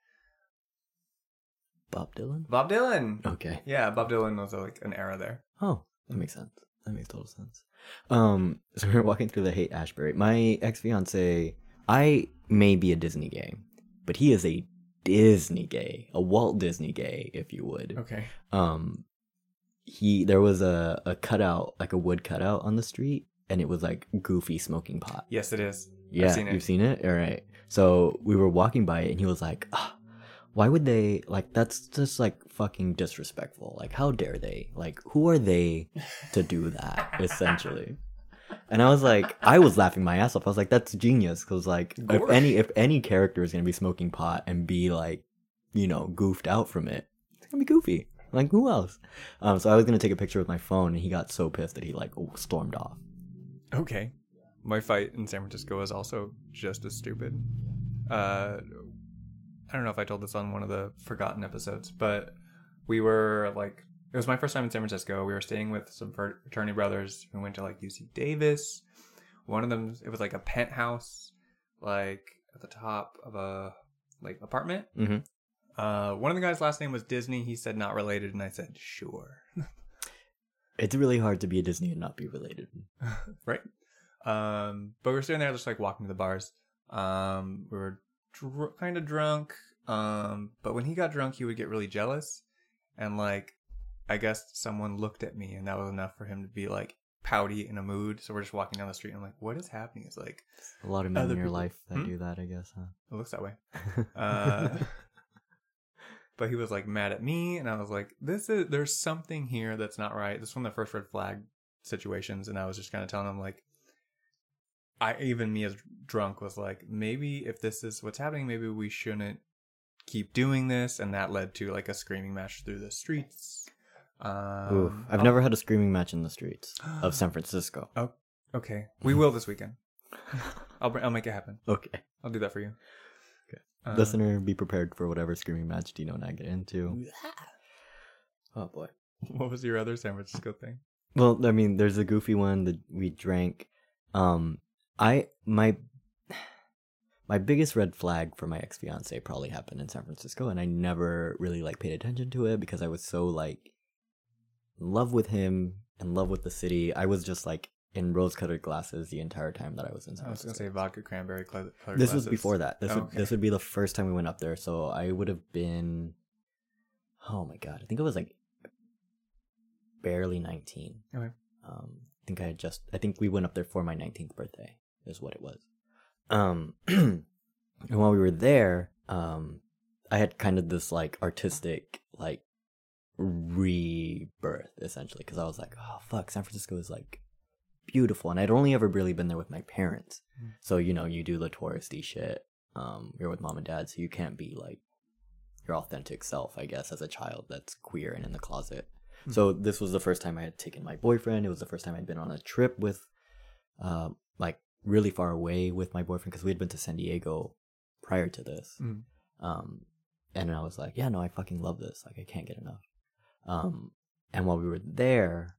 B: Bob Dylan.
A: Bob Dylan.
B: Okay.
A: Yeah, Bob Dylan was uh, like an era there.
B: Oh, that makes sense. That makes total sense. Um, so we were walking through the Hate Ashbury. My ex fiance, I may be a Disney gay, but he is a Disney gay, a Walt Disney gay, if you would.
A: Okay.
B: um he there was a a cutout like a wood cutout on the street and it was like goofy smoking pot
A: Yes, it is.
B: yeah
A: seen it.
B: you've seen it all right so we were walking by it and he was like ah, why would they like that's just like fucking disrespectful like how dare they like who are they to do that essentially and i was like i was laughing my ass off i was like that's genius because like if
A: Gorsh.
B: any if any character is gonna be smoking pot and be like you know goofed out from it it's gonna be goofy like who else um so i was gonna take a picture with my phone and he got so pissed that he like stormed off
A: Okay. My fight in San Francisco was also just as stupid. Uh, I don't know if I told this on one of the forgotten episodes, but we were like, it was my first time in San Francisco. We were staying with some fr- fraternity brothers who went to like UC Davis. One of them, it was like a penthouse, like at the top of a like apartment.
B: Mhm.
A: Uh, one of the guys' last name was Disney. He said not related, and I said sure.
B: it's really hard to be a disney and not be related
A: right? Um, but we were sitting there, just like walking to the bars. Um, we were dr- kind of drunk. Um, but when he got drunk, he would get really jealous, and like, I guess someone looked at me, and that was enough for him to be like pouty in a mood. So we're just walking down the street, and I'm like, what is happening? It's like
B: A lot of men
A: Other
B: in your
A: people-
B: life that
A: Hmm?
B: do that, I guess, huh?
A: it looks that way. Uh, but he was like mad at me, and I was like, "This is there's something here that's not right." This is one of the first red flag situations, and I was just kind of telling him like, I even me as drunk was like, maybe if this is what's happening, maybe we shouldn't keep doing this, and that led to like a screaming match through the streets. Um,
B: Oof. I've
A: oh,
B: never had a screaming match in the streets of San Francisco.
A: Okay, we will this weekend. I'll bring, I'll make it happen.
B: okay.
A: I'll do that for you.
B: Okay.
A: Uh,
B: Listener, be prepared for whatever screaming match Dino and I get into. Oh, boy.
A: What was your other San Francisco thing?
B: Well, I mean, there's a goofy one that we drank. Um, I, my, my biggest red flag for my ex fiance probably happened in San Francisco, and I never really like paid attention to it because I was so like in love with him, in love with the city. I was just like in rose colored glasses the entire time that I was in San
A: I was
B: Francisco.
A: gonna say vodka cranberry. Cl- colored
B: this was
A: glasses.
B: before that. This
A: Oh,
B: would,
A: okay.
B: this would be the first time we went up there, so I would have been, oh my god, I think I was like barely nineteen.
A: Okay.
B: Um, I think I had just. I think we went up there for my nineteenth birthday. Is what it was. Um, and while we were there, um, I had kind of this like artistic like rebirth essentially because I was like, oh fuck, San Francisco is like beautiful, and I'd only ever really been there with my parents.
A: Mm.
B: So you know, you do the touristy shit. Um, you're with mom and dad, so you can't be like your authentic self, I guess, as a child that's queer and in the closet.
A: Mm.
B: So this was the first time I had taken my boyfriend. It was the first time I'd been on a trip with, uh, like really far away with my boyfriend because we had been to San Diego prior to this.
A: Mm.
B: Um, and I was like, yeah, no, I fucking love this. Like, I can't get enough. Um, and while we were there,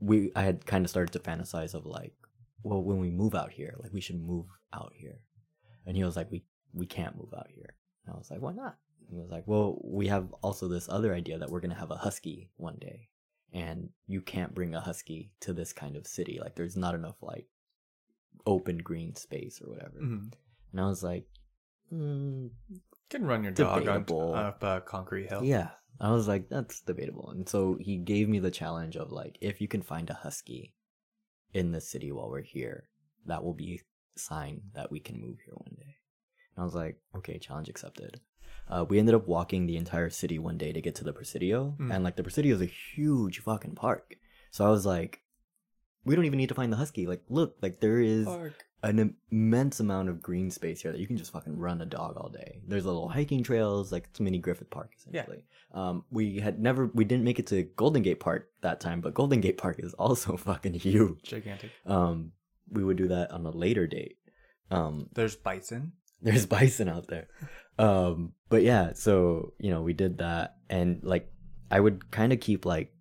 B: we I had kind of started to fantasize of like, well, when we move out here, like we should move out here. And he was like, we we can't move out here. And I was like, why not? And he was like, well, we have also this other idea that we're gonna have a husky one day, and you can't bring a husky to this kind of city. Like, there's not enough like open green space or whatever.
A: Mhm.
B: And I was like, mm,
A: You can run your dog
B: Debatable.
A: on up uh, concrete hill.
B: yeah. I was like, that's debatable. And so he gave me the challenge of like, if you can find a husky in the city while we're here, that will be a sign that we can move here one day. And I was like, okay, challenge accepted. Uh, we ended up walking the entire city one day to get to the Presidio.
A: Mm.
B: And like the Presidio is a huge fucking park. So I was like, we don't even need to find the Husky. Like, look, like there is
A: Park.
B: an immense amount of green space here that you can just fucking run a dog all day. There's little hiking trails, like it's mini Griffith Park essentially. Um, we had never, we didn't make it to Golden Gate Park that time, but Golden Gate Park is also fucking huge.
A: Gigantic.
B: Um, we would do that on a later date. Um,
A: There's bison.
B: there's bison out there. Um, but yeah, so you know, we did that, and like, I would kind of keep like,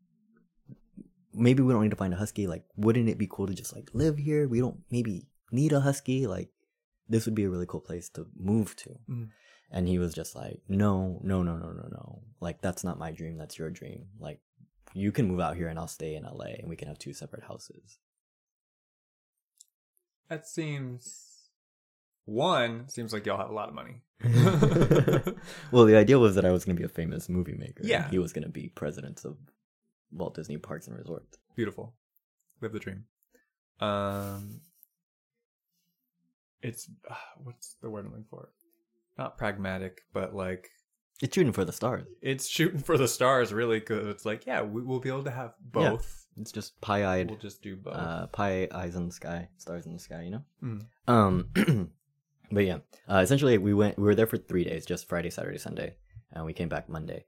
B: maybe we don't need to find a husky. Like, wouldn't it be cool to just like live here? We don't maybe need a husky. Like, this would be a really cool place to move to.
A: Mm.
B: And he was just like, no, no, no, no, no, no. Like, that's not my dream. That's your dream. Like, you can move out here, and I'll stay in LA, and we can have two separate houses.
A: That seems. One seems like y'all have a lot of money.
B: Well, the idea was that I was going to be a famous movie maker. and
A: Yeah.
B: He was going to be president of Walt Disney Parks and Resorts.
A: Beautiful. Live the dream. Um. It's ah, what's the word I'm looking for? Not pragmatic, but like
B: It's shooting for the stars.
A: it's shooting for the stars, really, because it's like, yeah, we, we'll be able to have
B: Yeah.
A: both.
B: It's just pie-eyed,
A: We'll just do both.
B: uh, pie eyes in the sky, stars in the sky. You know.
A: Mm.
B: Um, but yeah, uh, essentially we went. We were there for three days, just Friday, Saturday, Sunday, and we came back Monday.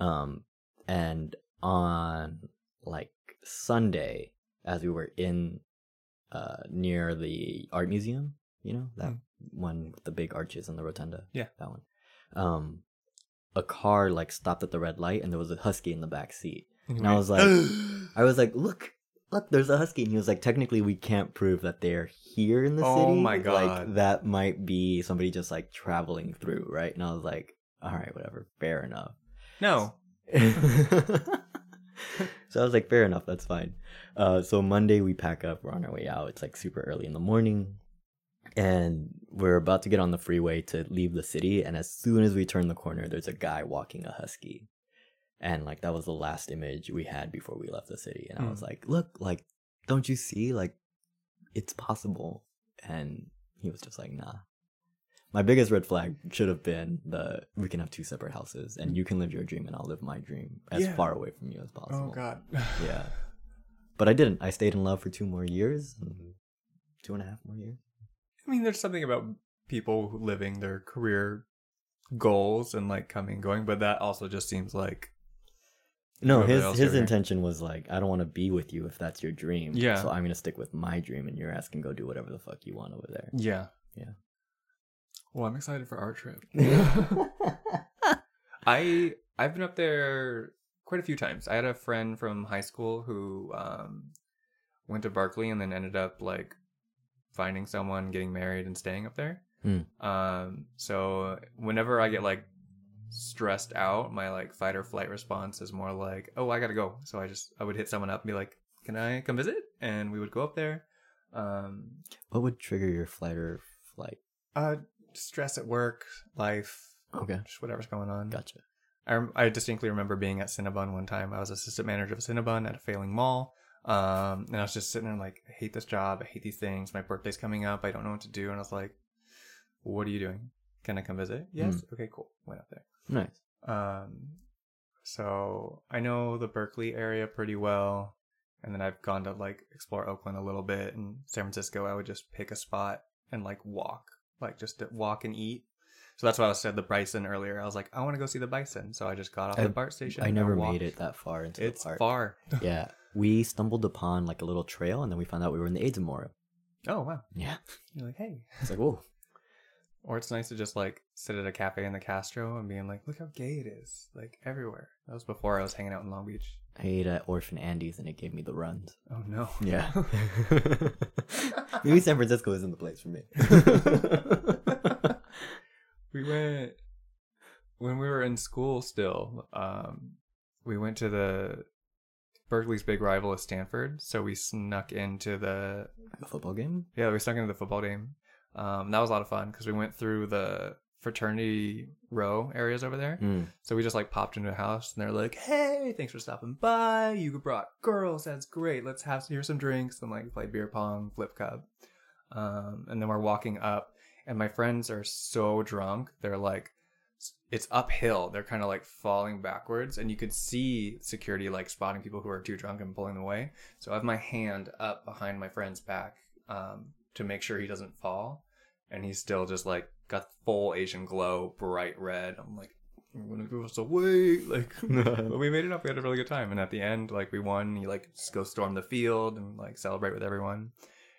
B: Um, and on like Sunday, as we were in, uh, near the art museum, you know that
A: Mm.
B: one with the big arches and the rotunda.
A: Yeah.
B: that one. Um, a car like stopped at the red light, and there was a husky in the back seat.
A: and
B: I was like- I was like, look, look, there's a husky. And he was like, technically, we can't prove that they're here in the
A: Oh
B: city.
A: my God.
B: Like, that might be somebody just like traveling through, right? And I was like, all right, whatever, fair enough.
A: no.
B: so I was like, fair enough, that's fine. Uh, so Monday, we pack up, we're on our way out. It's like super early in the morning. And we're about to get on the freeway to leave the city. And as soon as we turn the corner, there's a guy walking a husky and like that was the last image we had before we left the city and i was like look like don't you see like it's possible and he was just like nah my biggest red flag should have been the we can have two separate houses and you can live your dream and i'll live my dream as
A: Yeah.
B: far away from you as possible
A: Oh God.
B: yeah but i didn't i stayed in love for two more years and two and a half more years
A: I mean, there's something about people who living their career goals and like coming and going, but that also just seems like
B: no
A: Nobody
B: his
A: else
B: his
A: over here.
B: intention was like i don't want to be with you if that's your dream
A: Yeah.
B: so i'm gonna stick with my dream and your ass can go do whatever the fuck you want over there
A: yeah,
B: Yeah.
A: Well, I'm excited for our trip.
B: oh
A: I I've been up there quite a few times. I had a friend from high school who um, went to Berkeley and then ended up like finding someone, getting married, and staying up there.
B: Hmm.
A: Um, so whenever I get like stressed out, my like fight or flight response is more like, "Oh, I gotta go." So I just I would hit someone up and be like, "Can I come visit?" And we would go up there. Um,
B: What would trigger your flight or flight?
A: uh, stress at work, life,
B: Okay.
A: just whatever's going on.
B: Gotcha.
A: I, rem- I distinctly remember being at Cinnabon one time. I was assistant manager of Cinnabon at a failing mall. Um, and I was just sitting there like, I hate this job. I hate these things. My birthday's coming up. I don't know what to do. And I was like, what are you doing? Can I come visit? Yes. Okay, cool. Went up there.
B: Nice.
A: Um, so I know the Berkeley area pretty well. And then I've gone to like explore Oakland a little bit and San Francisco. I would just pick a spot and like walk, like just to walk and eat. So that's why I said the bison earlier. I was like, I want to go see the bison. So I just got off
B: I-
A: the BART station.
B: I
A: and
B: never
A: walked.
B: made it that far into
A: It's
B: the park.
A: far.
B: yeah. We stumbled upon like a little trail and then we found out we were in the AIDS Memorial.
A: Oh wow.
B: Yeah.
A: You're like, hey.
B: It's like, whoa.
A: Or it's nice to just like sit at a cafe in the Castro and being like, look how gay it is, like everywhere. That was before I was hanging out in Long Beach.
B: I ate at Orphan Andy's and it gave me the runs.
A: Oh no.
B: Yeah. Maybe San Francisco isn't the place for me.
A: we went when we were in school still um we went to the berkeley's big rival is stanford so we snuck into the
B: a football game?
A: yeah we snuck into the football game um that was a lot of fun because we went through the fraternity row areas over there
B: Mm.
A: so we just like popped into a house and they're like hey thanks for stopping by you brought girls that's great let's have here's some drinks and like play beer pong flip cup um and then we're walking up and my friends are so drunk they're like it's uphill they're kind of like falling backwards and you could see security like spotting people who are too drunk and pulling them away so i have my hand up behind my friend's back um, to make sure he doesn't fall and he's still just like got full asian glow bright red i'm like i'm gonna give us away like but we made it up we had a really good time and at the end like we won he like just go storm the field and like celebrate with everyone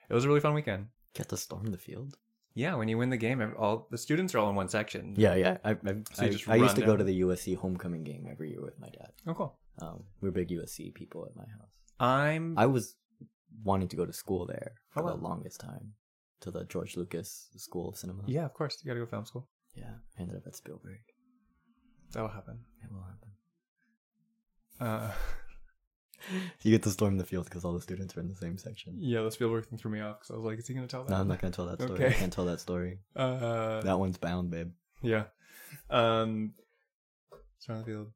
A: it was a really fun weekend
B: Get to storm the field.
A: yeah when you win the game ev- all the students are all in one section
B: Yeah, yeah. I I,
A: So you
B: I-
A: just
B: I used
A: run
B: to go
A: down.
B: to the USC homecoming game every year with my dad.
A: oh cool
B: Um, we're big USC people at my house.
A: i'm
B: I was wanting to go to school there for
A: Oh,
B: the
A: wow.
B: longest time, to the George Lucas School of Cinema.
A: yeah of course you gotta go film school
B: yeah. I ended up at Spielberg.
A: that'll happen
B: It will happen.
A: uh
B: You get to storm the field because all the students are in the same section.
A: Yeah, the Spielberg thing threw me off because I was like, is he going to tell that?
B: No, I'm not gonna tell that story. I
A: Okay.
B: can't tell that story.
A: Uh,
B: That one's bound, babe.
A: Yeah. Um, surround the field.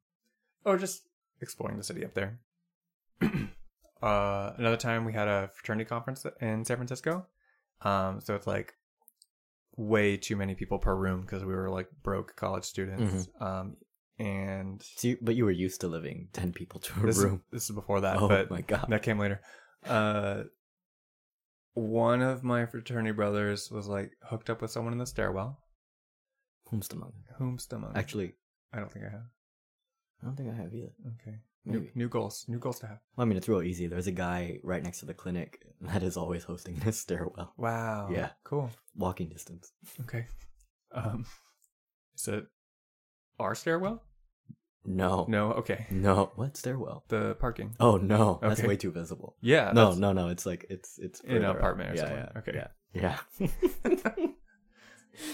A: Or just exploring the city up there. uh, another time we had a fraternity conference in San Francisco. Um, so it's like way too many people per room because we were like broke college students.
B: Mm-hmm.
A: Um, and
B: So you, but you were used to living ten people to a
A: this,
B: room.
A: this is before that,
B: oh
A: but
B: my god!
A: that came later. Uh, one of my fraternity brothers was like hooked up with someone in the stairwell.
B: Homestamong.
A: Whom's the monk?
B: Actually,
A: I don't think I have.
B: I don't think I have either.
A: Okay. New,
B: Maybe.
A: new goals. New goals to have.
B: Well, I mean, it's real easy. There's a guy right next to the clinic that is always hosting this stairwell,
A: Wow.
B: Yeah.
A: Cool.
B: walking distance.
A: Okay. Um, is it our stairwell?
B: No,
A: No. Okay.
B: no. What stairwell?
A: The parking.
B: Oh no, that's
A: Okay.
B: way too visible.
A: Yeah.
B: no,
A: Uh, that's-
B: no, no. It's like it's it's
A: In an
B: further up.
A: apartment or
B: yeah,
A: something.
B: Yeah. Yeah.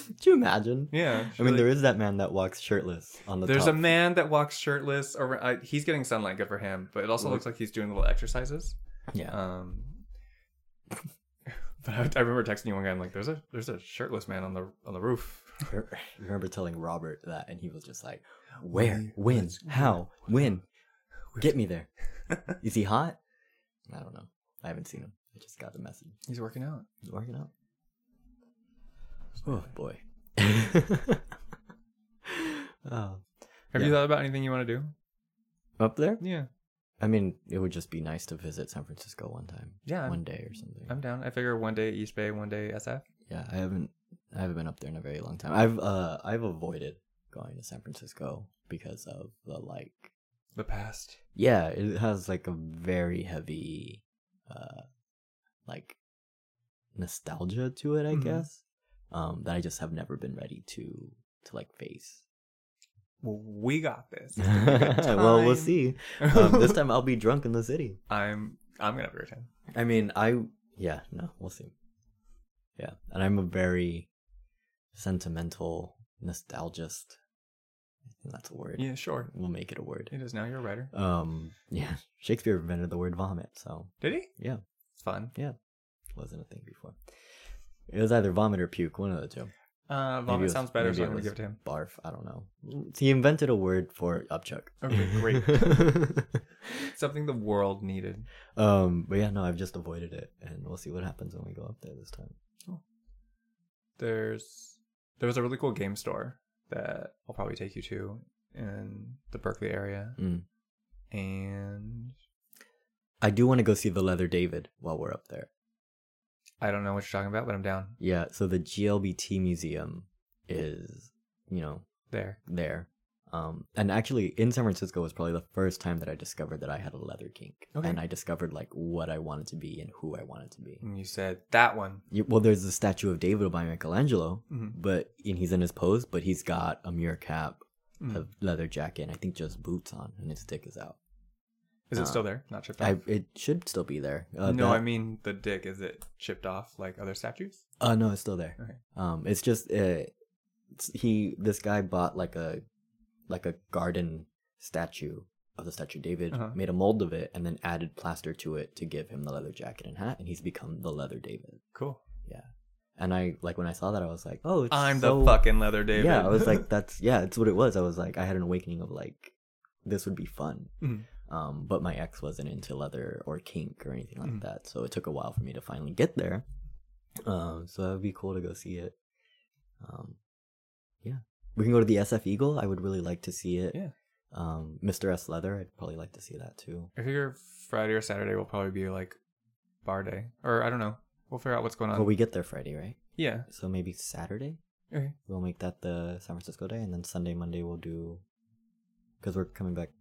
B: Could you imagine?
A: Yeah.
B: I mean, there is that man that walks shirtless on the.
A: There's
B: top.
A: a man that walks shirtless. Or uh, he's getting sunlight. Good for him. But it also
B: Look.
A: looks like he's doing little exercises.
B: Yeah.
A: Um. But I, I remember texting you one guy. I'm like, "There's a there's a shirtless man on the on the roof."
B: I remember telling Robert that, and he was just like, "Where?
A: Where?
B: When?
A: What's-
B: How? When?
A: Where-
B: Get me there. Is he hot? I don't know. I haven't seen him. I just got the message.
A: He's working out.
B: He's working out. Oh boy. oh.
A: Have
B: Yeah.
A: you thought about anything you want to do?
B: Up there?
A: Yeah.
B: I mean, it would just be nice to visit San Francisco one time,
A: Yeah. I'm-
B: one day or something.
A: I'm down. I figure one day East Bay, one day SF.
B: yeah, I haven't, I haven't been up there in a very long time. I've, uh, I've avoided going to San Francisco because of the like
A: The past.
B: yeah it has like a very heavy uh like nostalgia to it i
A: Mhm.
B: guess um that i just have never been ready to to like face
A: Well, we got this.
B: well we'll
A: time.
B: see um, this time i'll be drunk in the city
A: I'm I'm gonna have a great time.
B: i mean i yeah no we'll see yeah and i'm a very sentimental nostalgist that's a word
A: Yeah, sure.
B: we'll make it a word
A: It is now. You're a writer.
B: um yeah shakespeare invented the word vomit so
A: Did he?
B: yeah
A: It's fun.
B: wasn't a thing before. It was either vomit or puke, one of the two.
A: Uh,
B: Maybe it
A: vomit
B: was-
A: sounds better,
B: maybe
A: so
B: it
A: I'm gonna
B: was
A: give it to him.
B: Barf, I don't know. He invented a word for upchuck.
A: Okay,
B: great.
A: Something the world needed.
B: um, but yeah, no, I've just avoided it, and we'll see what happens when we go up there this time.
A: There's there was a really cool game store that I'll probably take you to in the Berkeley area,
B: Mm.
A: and
B: I do want to go see the Leather David while we're up there.
A: I don't know what you're talking about, but I'm down
B: Yeah, so the GLBT museum is, you know,
A: there.
B: there. Um, and actually, in San Francisco was probably the first time that I discovered that I had a leather kink,
A: Okay.
B: and I discovered like what I wanted to be and who I wanted to be.
A: And you said that one.
B: Yeah, well, there's a statue of David by Michelangelo,
A: Mhm.
B: but and he's in his pose, but he's got a mirror cap, a
A: Mm.
B: leather jacket, and I think just boots on, and his dick is out.
A: Is it
B: uh,
A: still there? Not chipped off.
B: I, it should still be there. Uh,
A: no,
B: that-
A: I mean the dick. Is it chipped off like other statues?
B: uh, no, it's still there.
A: Okay.
B: Um, it's just uh, it's, he. This guy bought like a like a garden statue of the statue of David,
A: Uh-huh.
B: made a mold of it, and then added plaster to it to give him the leather jacket and hat, and he's become the leather David.
A: Cool.
B: And I like when I saw that, I was like, oh, it's
A: I'm
B: so
A: the fucking leather David.
B: Yeah, I was like, that's yeah, it's what it was. I was like, I had an awakening of like, this would be fun.
A: Mhm.
B: Um, but my ex wasn't into leather or kink or anything like
A: Mhm.
B: that, so it took a while for me to finally get there. Um, so that would be cool to go see it. Um, yeah, we can go to the SF Eagle. I would really like to see it.
A: Yeah.
B: Um, Mr. S Leather. I'd probably like to see that too.
A: I figure Friday or Saturday will probably be like bar day, or I don't know. We'll figure out what's going on.
B: Well, we get there Friday, right?
A: yeah.
B: So maybe Saturday
A: Okay.
B: we'll make that the San Francisco day, and then Sunday, Monday we'll do because we're coming back.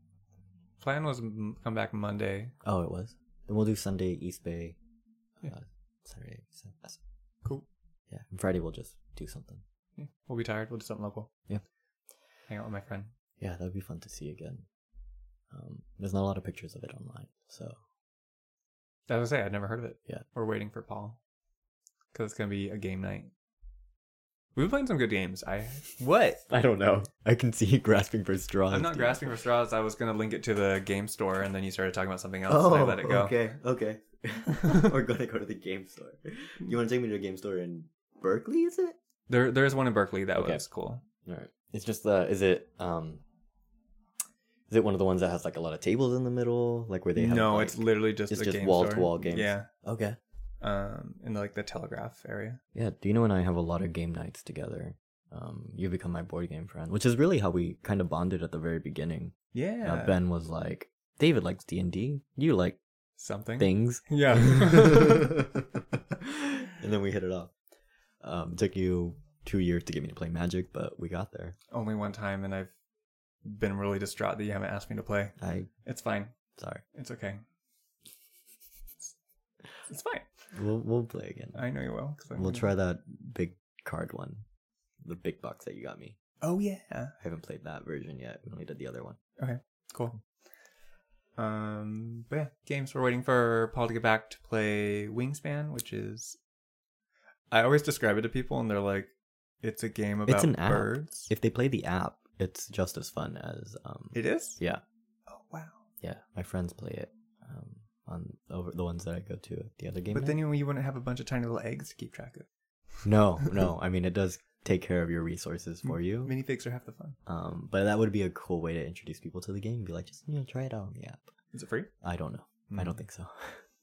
A: Plan was m- come back Monday.
B: Oh, it was. Then we'll do Sunday East Bay,
A: Yeah.
B: uh, Saturday. San- S-
A: Cool.
B: Yeah, and Friday we'll just do something.
A: Yeah. We'll be tired. We'll do something local.
B: Yeah.
A: Hang out with my friend.
B: Yeah, that would be fun to see again. Um, there's not a lot of pictures of it online, so
A: As I was gonna say, I'd never heard of it.
B: Yeah.
A: We're waiting for Paul because it's gonna be a game night. We've been playing some good games. I what?
B: I don't know. I can see you grasping for straws.
A: I'm not
B: dude.
A: grasping for straws. I was gonna link it to the game store, and then you started talking about something else, and I let it go.
B: Oh, okay, okay. We're gonna go to the game store. You want to take me to a game store in Berkeley? Is it?
A: There, there is one in Berkeley that
B: Okay.
A: was cool.
B: All right. It's just uh, is it um, is it one of the ones that has like a lot of tables in the middle, like where they have
A: no,
B: like-
A: it's literally just
B: it's
A: a
B: just
A: game
B: wall-to-wall
A: store.
B: games.
A: Yeah,
B: okay.
A: um, in like the Telegraph area.
B: Yeah, Dino and I have a lot of game nights together. Um, you become my board game friend, which is really how we kind of bonded at the very beginning.
A: Yeah,
B: Uh, ben was like, David likes D and D. You like
A: something.
B: things.
A: Yeah,
B: and then we hit it off. Um, took you two years to get me to play Magic, but we got there.
A: only one time, and I've been really distraught that you haven't asked me to play.
B: I
A: It's fine.
B: sorry.
A: It's okay. It's fine.
B: We'll we'll play again.
A: I know you will. 'cause I'm
B: We'll
A: gonna-
B: try that big card one, the big box that you got me.
A: Oh yeah.
B: I haven't played that version yet. We only did the other one.
A: Cool. Um, but yeah, games. We're waiting for Paul to get back to play Wingspan, which is. I always describe it to people, and they're like, "It's a game about
B: It's an app.
A: birds."
B: If they play the app, it's just as fun as um.
A: It is.
B: Yeah,
A: Oh wow!
B: yeah. My friends play it um on over the ones that I go to at the other game.
A: but
B: night.
A: then you, you wouldn't have a bunch of tiny little eggs to keep track of.
B: no, no. I mean, it does take care of your resources for you.
A: Minifigs are half the fun.
B: Um, but that would be a cool way to introduce people to the game. Be like, just you know, try it out on the app.
A: Is it free?
B: I don't know. I
A: Mm.
B: don't think so.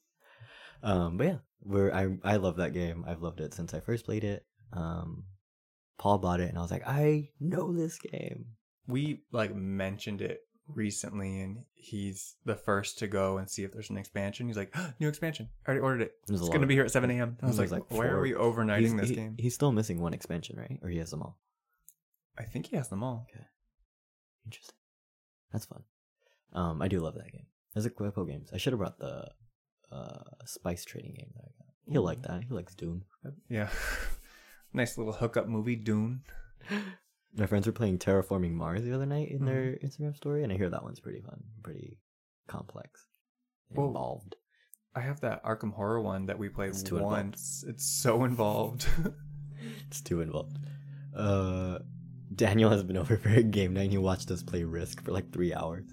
B: um, but yeah, we're I I love that game. I've loved it since I first played it. Um, Paul bought it, and I was like, I know this game.
A: we like mentioned it recently, and he's the first to go and see if there's an expansion. He's like, "New expansion! I already ordered it.
B: There's a
A: It's
B: lot
A: gonna
B: of-
A: be here at 7 a.m." I was
B: There's
A: like,
B: like
A: "Why
B: four-
A: are we overnighting
B: He's-
A: this
B: he-
A: game?"
B: He's still missing one expansion, right? Or he has them all.
A: I think he has them all.
B: Interesting. That's fun. Um, I do love that game. There's a couple games. I should have brought the uh spice trading game that I got. He'll like that. He likes Doom.
A: Yeah. nice little hookup movie, Dune.
B: My friends were playing Terraforming Mars the other night in their
A: Mm-hmm.
B: Instagram story, and I hear that one's pretty fun, pretty complex, and
A: Well,
B: involved.
A: I have that Arkham Horror one that we played
B: It's too involved.
A: once. It's so involved.
B: It's too involved. Uh, Daniel has been over for a game night, and he watched us play Risk for like three hours.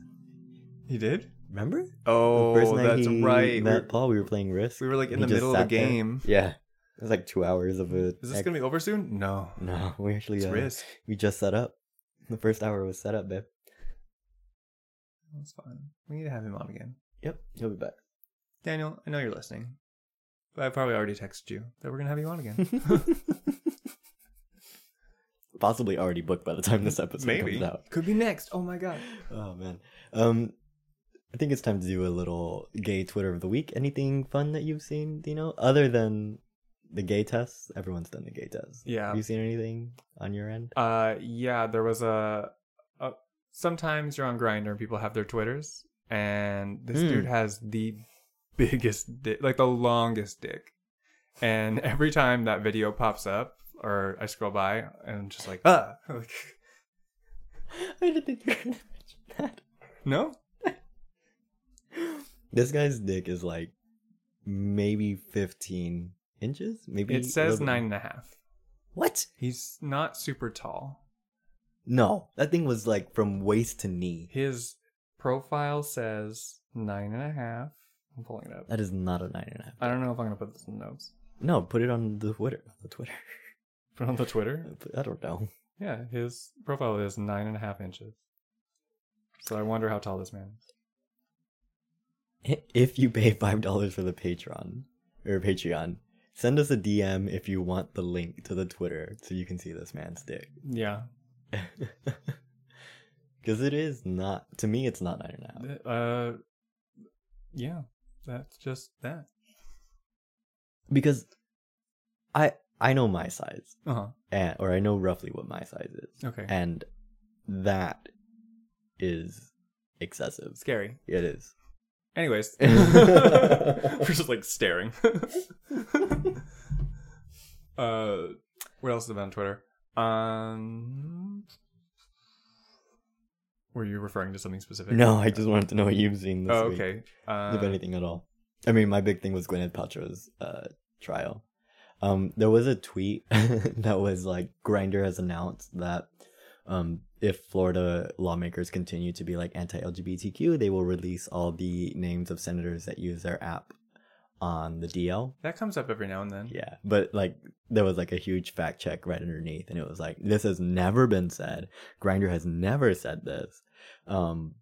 A: he did?
B: Remember?
A: Oh, that's
B: he
A: right.
B: Met
A: We-
B: Paul, we were playing Risk.
A: we were like in
B: and
A: the
B: he just
A: middle of the
B: sat there.
A: game.
B: Yeah, it was like two hours of a.
A: Is this gonna be over soon? No.
B: No, we actually
A: It's
B: uh,
A: risk.
B: we just set up. The first hour was set up, babe.
A: That's fine. We need to have him on again.
B: Yep, he'll be back.
A: Daniel, I know you're listening. But I probably already texted you that we're gonna have you on again.
B: Possibly already booked by the time this episode
A: Maybe.
B: comes out.
A: Could be next. Oh my god.
B: Oh man. Um I think it's time to do a little gay Twitter of the week. Anything fun that you've seen, Dino? Other than the gay tests? Everyone's done the gay tests.
A: Yeah.
B: Have you seen anything on your end?
A: Uh, yeah, there was a, a. Sometimes you're on Grinder and people have their Twitters, and this
B: Hmm.
A: dude has the biggest dick, like the longest dick. And every time that video pops up, or I scroll by, and I'm just like, ah, like,
B: I didn't think you were gonna mention that.
A: no,
B: This guy's dick is like maybe fifteen inches? Maybe
A: it says
B: a little bit-
A: nine and a half.
B: What?
A: He's not super tall.
B: No. That thing was like from waist to knee.
A: His profile says nine and a half. I'm pulling it up.
B: That is not a nine and a half.
A: I don't know if I'm gonna put this in the notes.
B: No, put it on the Twitter. The Twitter.
A: Put on the Twitter.
B: I don't know.
A: Yeah, his profile is nine and a half inches. So I wonder how tall this man is.
B: if you pay five dollars for the Patreon or Patreon, Send us a DM if you want the link to the Twitter so you can see this man's dick.
A: Yeah.
B: Because it is not, to me, it's not nine and a half.
A: Uh, yeah. That's just that.
B: Because I I know my size,
A: Uh huh.
B: and, or I know roughly what my size is,
A: Okay.
B: and that is excessive.
A: Scary.
B: It is.
A: Anyways, we're just like staring. uh, what else is about on Twitter? Um, were you referring to something specific?
B: No, I just wanted to know what you've seen this
A: Oh,
B: week,
A: okay. Uh,
B: if anything at all. I mean, my big thing was Gwyneth Paltrow's uh, trial. Um, there was a tweet that was like, Grinder has announced that um, if Florida lawmakers continue to be like anti-LGBTQ, they will release all the names of senators that use their app on the DL.
A: that comes up every now and then.
B: Yeah, but like there was like a huge fact check right underneath, and it was like this has never been said. Grinder has never said this. Um,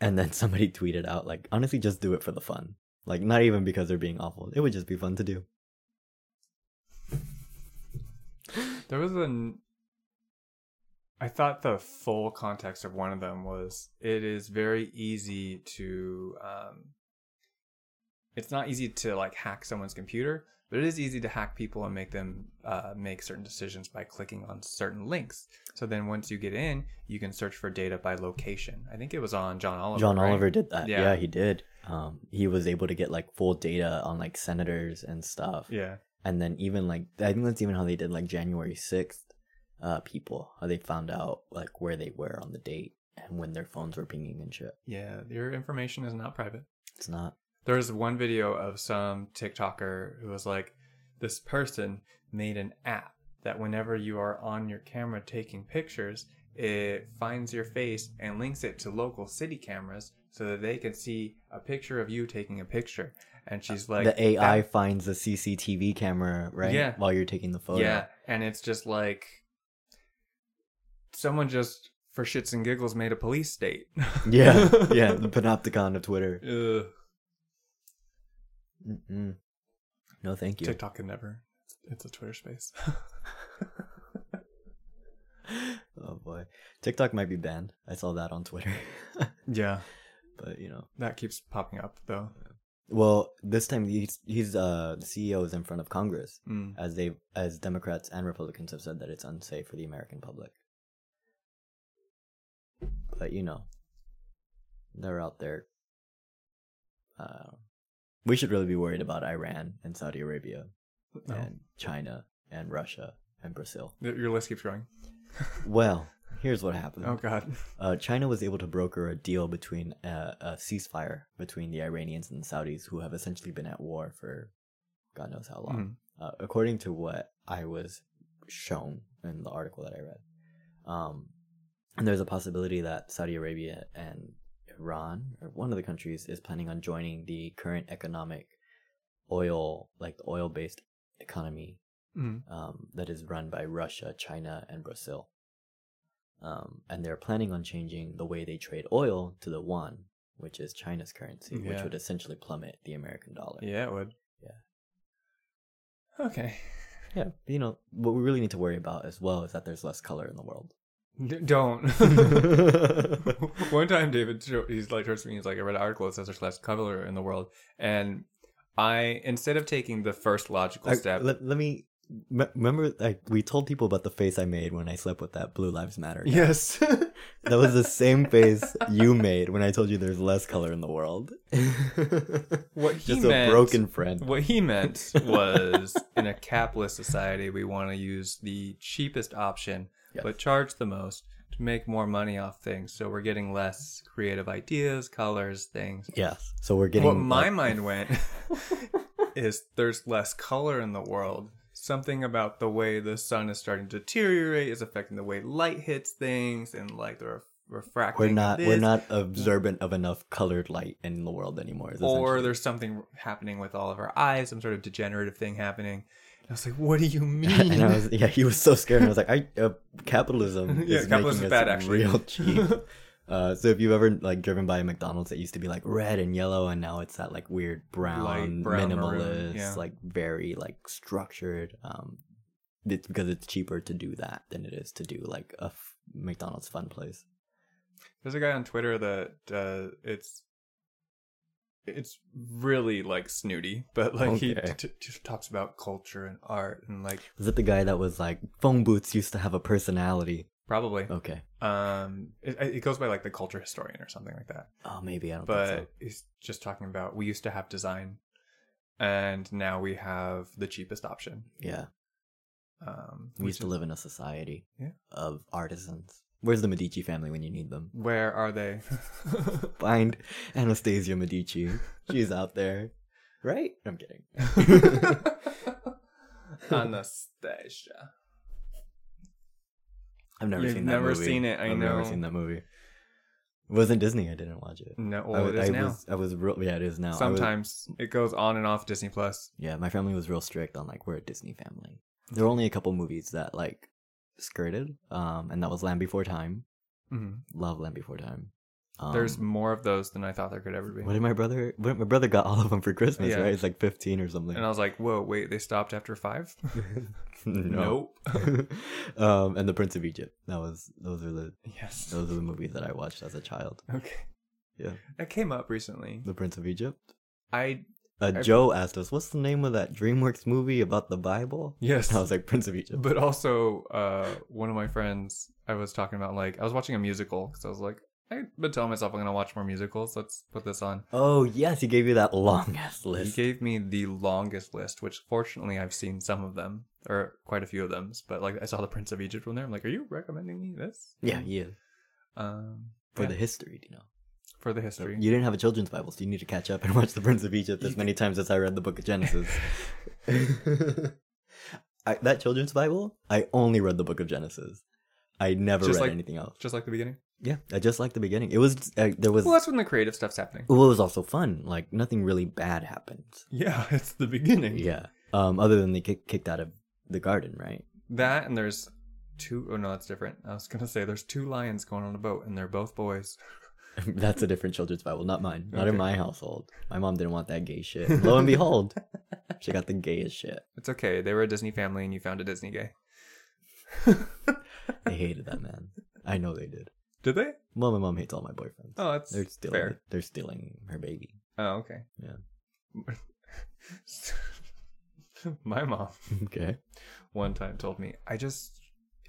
B: and then somebody tweeted out like, honestly, just do it for the fun. Like not even because they're being awful. It would just be fun to do.
A: There was an. I thought the full context of one of them was it is very easy to. Um, it's not easy to like hack someone's computer, but it is easy to hack people and make them uh, make certain decisions by clicking on certain links. So then once you get in, you can search for data by location. I think it was on John Oliver.
B: John
A: right?
B: Oliver did that.
A: Yeah.
B: Yeah. he did. Um, he was able to get like full data on like senators and stuff.
A: Yeah.
B: and then even like I think that's even how they did like January sixth, uh, people how they found out like where they were on the date and when their phones were pinging and shit.
A: Yeah. Your information is not private.
B: It's not.
A: There was one video of some TikToker who was like, this person made an app that whenever you are on your camera taking pictures, it finds your face and links it to local city cameras so that they can see a picture of you taking a picture. And she's like,
B: Uh, the AI
A: "That-
B: finds the CCTV camera right
A: Yeah.
B: while you're taking the photo.
A: yeah. And it's just like, someone just for shits and giggles made a police state.
B: yeah, yeah. The panopticon of Twitter.
A: Ugh.
B: Mm-mm. No, thank you.
A: TikTok can never. It's a Twitter space.
B: Oh boy, TikTok might be banned. I saw that on Twitter,
A: yeah.
B: but you know.
A: That keeps popping up though.
B: Well, this time he's he's uh the CEO is in front of Congress
A: Mm.
B: as they as Democrats and Republicans have said that it's unsafe for the American public. But you know, they're out there. Uh, we should really be worried about Iran and Saudi Arabia
A: No.
B: and China and Russia and Brazil.
A: Y- Your list keeps going.
B: Well, here's what happened.
A: Oh God.
B: Uh, China was able to broker a deal between uh, a ceasefire between the Iranians and the Saudis, who have essentially been at war for God knows how long.
A: Mhm.
B: uh, according to what I was shown in the article that I read. Um, and there's a possibility that Saudi Arabia and Iran, or one of the countries, is planning on joining the current economic oil, like the oil based economy
A: Mm.
B: um, that is run by Russia, China, and Brazil. Um, and they're planning on changing the way they trade oil to the yuan, which is China's currency, which
A: Yeah.
B: would essentially plummet the American dollar.
A: Yeah, it would. Yeah. Okay.
B: Yeah, you know what we really need to worry about as well is that there's less color in the world.
A: D- don't. One time, David, sho- he's like towards me. He's like, I read an article that says there's less color in the world, and I instead of taking the first logical
B: I-
A: step,
B: let, let me me- remember. Like we told people about the face I made when I slept with that Blue Lives Matter. guy.
A: yes,
B: that was the same face you made when I told you there's less color in the world.
A: what he
B: Just
A: meant,
B: a broken friend.
A: What he meant was in a capitalist society, we want to use the cheapest option,
B: Yes.
A: but charge the most to make more money off things. So we're getting less creative ideas, colors, things.
B: Yes. So we're getting
A: what my
B: like,
A: mind went is there's less color in the world. Something about the way the sun is starting to deteriorate is affecting the way light hits things and like the ref- refracting.
B: we're
A: of
B: not we're
A: this.
B: not observant of enough colored light in the world anymore. is
A: Or
B: essentially-
A: there's something happening with all of our eyes, some sort of degenerative thing happening. And I was like, what do you mean?
B: and I was yeah, he was so scared. And I was like, I uh, capitalism
A: Yeah,
B: is
A: capitalism is
B: making us
A: bad, actually.
B: real cheap. Uh, so if you've ever like driven by a McDonald's that used to be like red and yellow, and now it's that like weird brown,
A: brown, maroon,
B: minimalist,
A: yeah.
B: like very like structured. Um, it's because it's cheaper to do that than it is to do like a f- McDonald's fun place.
A: There's a guy on Twitter that uh, it's it's really like snooty, but like he
B: Okay.
A: t- t- just talks about culture and art and like
B: Is it the guy that was like phone booths used to have a personality?
A: probably
B: Okay.
A: um it, it goes by like the culture historian or something like that.
B: Oh, maybe I don't. think so.
A: But he's just talking about we used to have design, and now we have the cheapest option.
B: yeah,
A: Um,
B: we
A: which
B: used to
A: is-
B: live in a society
A: Yeah.
B: of artisans. Where's the Medici family when you need them?
A: Where are they?
B: Find Anastasia Medici. She's out there, right? I'm kidding.
A: Anastasia.
B: I've never
A: You've
B: seen that
A: never
B: movie.
A: seen it, I
B: have never
A: know.
B: seen that movie. It wasn't Disney. I didn't watch it.
A: No,
B: I,
A: well, it
B: was-
A: is
B: I
A: now.
B: was. I was real. Yeah, it is now. I was-
A: Sometimes it goes on and off Disney Plus.
B: yeah, my family was real strict on like we're a Disney family. There were only a couple movies that like skirted, um, and that was Land Before Time.
A: Mhm.
B: Love Land Before Time. Um,
A: There's more of those than I thought there could ever be.
B: What did my brother? What did my brother got all of them for Christmas?
A: Yeah.
B: Right, it's like fifteen or something.
A: And I was like, whoa, wait, they stopped after five? Nope.
B: um, and the Prince of Egypt. That was those are the
A: yes.
B: those are the movies that I watched as a child.
A: Okay.
B: Yeah.
A: That came up recently.
B: The Prince of Egypt.
A: I,
B: Uh,
A: I-
B: Joe asked us, "What's the name of that DreamWorks movie about the Bible?"
A: yes.
B: And I was like, "Prince of Egypt."
A: but also, uh, one of my friends, I was talking about, like, I was watching a musical because I was like, I've been telling myself I'm going to watch more musicals. Let's put this on.
B: Oh yes, he gave you that long ass
A: He
B: list.
A: gave me the longest list, which fortunately I've seen some of them, or quite a few of them. But like I saw the Prince of Egypt one there. I'm like, are you recommending me this?
B: yeah, yeah.
A: Um,
B: For
A: yeah,
B: the history, you know.
A: for the history.
B: You didn't have a children's Bible, so you need to catch up and watch The Prince of Egypt as
A: You-
B: many times as I read the Book of Genesis. I, that children's Bible, I only read the Book of Genesis. I never
A: Just
B: read
A: like-
B: anything else.
A: Just like the beginning.
B: Yeah, I just like the beginning. It was uh, there was
A: Well, that's when the creative stuff's happening.
B: well, it was also fun. Like nothing really bad happened.
A: Yeah, it's the beginning.
B: Yeah. Um, other than they get kicked out of the garden, right?
A: That and there's two oh no, that's different. I was gonna say there's two lions going on a boat, and they're both boys.
B: That's a different children's Bible, not mine. Not in
A: Okay.
B: my household. My mom didn't want that gay shit. Lo and behold, she got the gayest shit.
A: It's okay. They were a Disney family, and you found a Disney gay.
B: They hated that man. I know they did.
A: Did they?
B: Well, my mom hates all my boyfriends.
A: Oh, that's
B: they're stealing.
A: fair.
B: They're stealing her baby.
A: Oh, okay.
B: Yeah.
A: My mom.
B: Okay.
A: one time told me, I just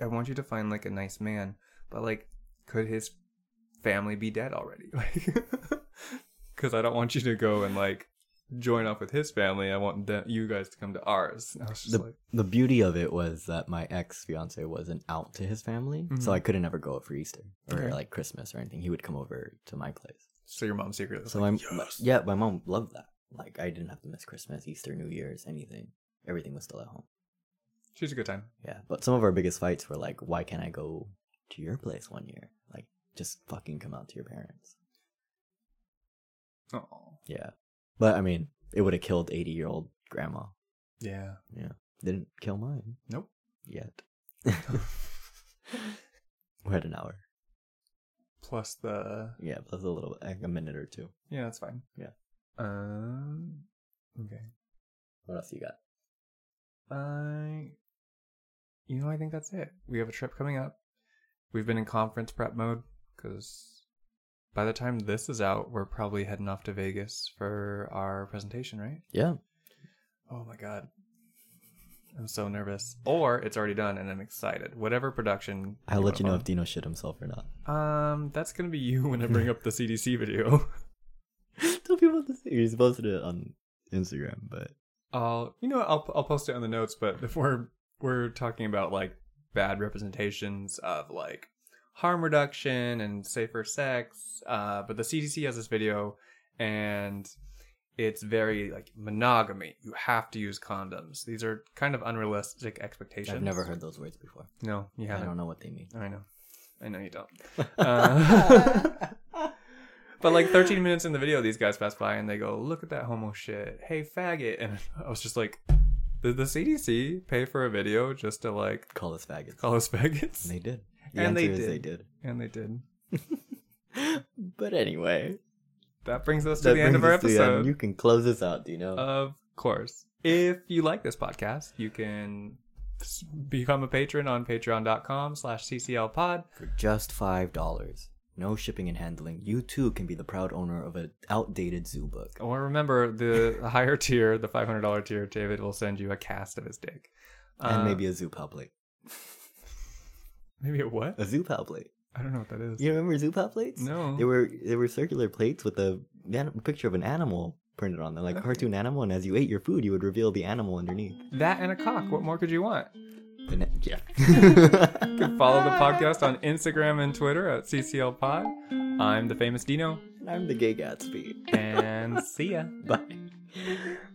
A: I want you to find like a nice man, but like could his family be dead already? Like cuz I don't want you to go and like join up with his family. I want them, you guys to come to ours. And I was just
B: The
A: like
B: the beauty of it was that my ex fiance wasn't out to his family, so
A: Mhm.
B: I couldn't ever go for Easter or
A: Okay.
B: like Christmas or anything. He would come over to my place.
A: so your mom's secret.
B: So I'm yeah, my mom loved that. Like I didn't have to miss Christmas, Easter, New Year's, anything. Everything was still at home.
A: She's a good time.
B: Yeah, but some of our biggest fights were like, why can't I go to your place one year? Like, just fucking come out to your parents.
A: Oh.
B: Yeah, but I mean, it would have killed eighty year old grandma.
A: Yeah.
B: Didn't kill mine.
A: Nope.
B: Yet. We're at an hour.
A: Plus the
B: Yeah, plus a little, like a minute or two.
A: Yeah, that's fine.
B: Yeah.
A: Um okay.
B: What else you got?
A: I, you know, I think that's it. We have a trip coming up. We've been in conference prep mode because by the time this is out, we're probably heading off to Vegas for our presentation, right?
B: Yeah,
A: Oh my god, I'm so nervous. Or it's already done and I'm excited. Whatever production.
B: I'll let you know
A: wanna
B: if Dino shit himself or not.
A: follow. Um, that's gonna be you when I bring up the CDC video.
B: Tell people to see. He's posted it on Instagram, but
A: I'll, you know, what, I'll I'll post it on the notes. But if we're we're talking about like bad representations of like harm reduction and safer sex, uh, but the CDC has this video, and it's very like monogamy. You have to use condoms. These are kind of unrealistic expectations.
B: I've never heard those words before.
A: No, you
B: I
A: haven't.
B: don't know what they mean.
A: I know. I know you don't. Uh, but like 13 minutes in the video, these guys pass by and they go, "Look at that homo shit. Hey, faggot." And I was just like, "Did the CDC pay for a video just to like
B: Call us faggots.
A: call us faggots?"
B: And They did.
A: And they
B: answer is
A: did.
B: they did.
A: And they did.
B: But anyway,
A: That brings us to the end of our
B: brings us to the end.
A: episode. Uh.
B: You can close this out, Dino.
A: Of course. If you like this podcast, you can s- become a patron on patreon.com slash cclpod.
B: For just five dollars, no shipping and handling, you too can be the proud owner of an outdated zoo book.
A: Or remember, the higher tier, the $500 tier, David will send you a cast of his dick.
B: and
A: Uh,
B: maybe a zoo public.
A: Maybe a what?
B: A zoo public.
A: I don't know what that is.
B: You remember zoo pal plates?
A: No.
B: They were they were circular plates with a an- picture of an animal printed on them, like a cartoon animal. And as you ate your food, you would reveal the animal underneath.
A: That and a cock. What more could you want?
B: The na- yeah.
A: You can follow the podcast on Instagram and Twitter at cclpod. I'm the famous Dino,
B: I'm the gay Gatsby.
A: and see ya.
B: Bye.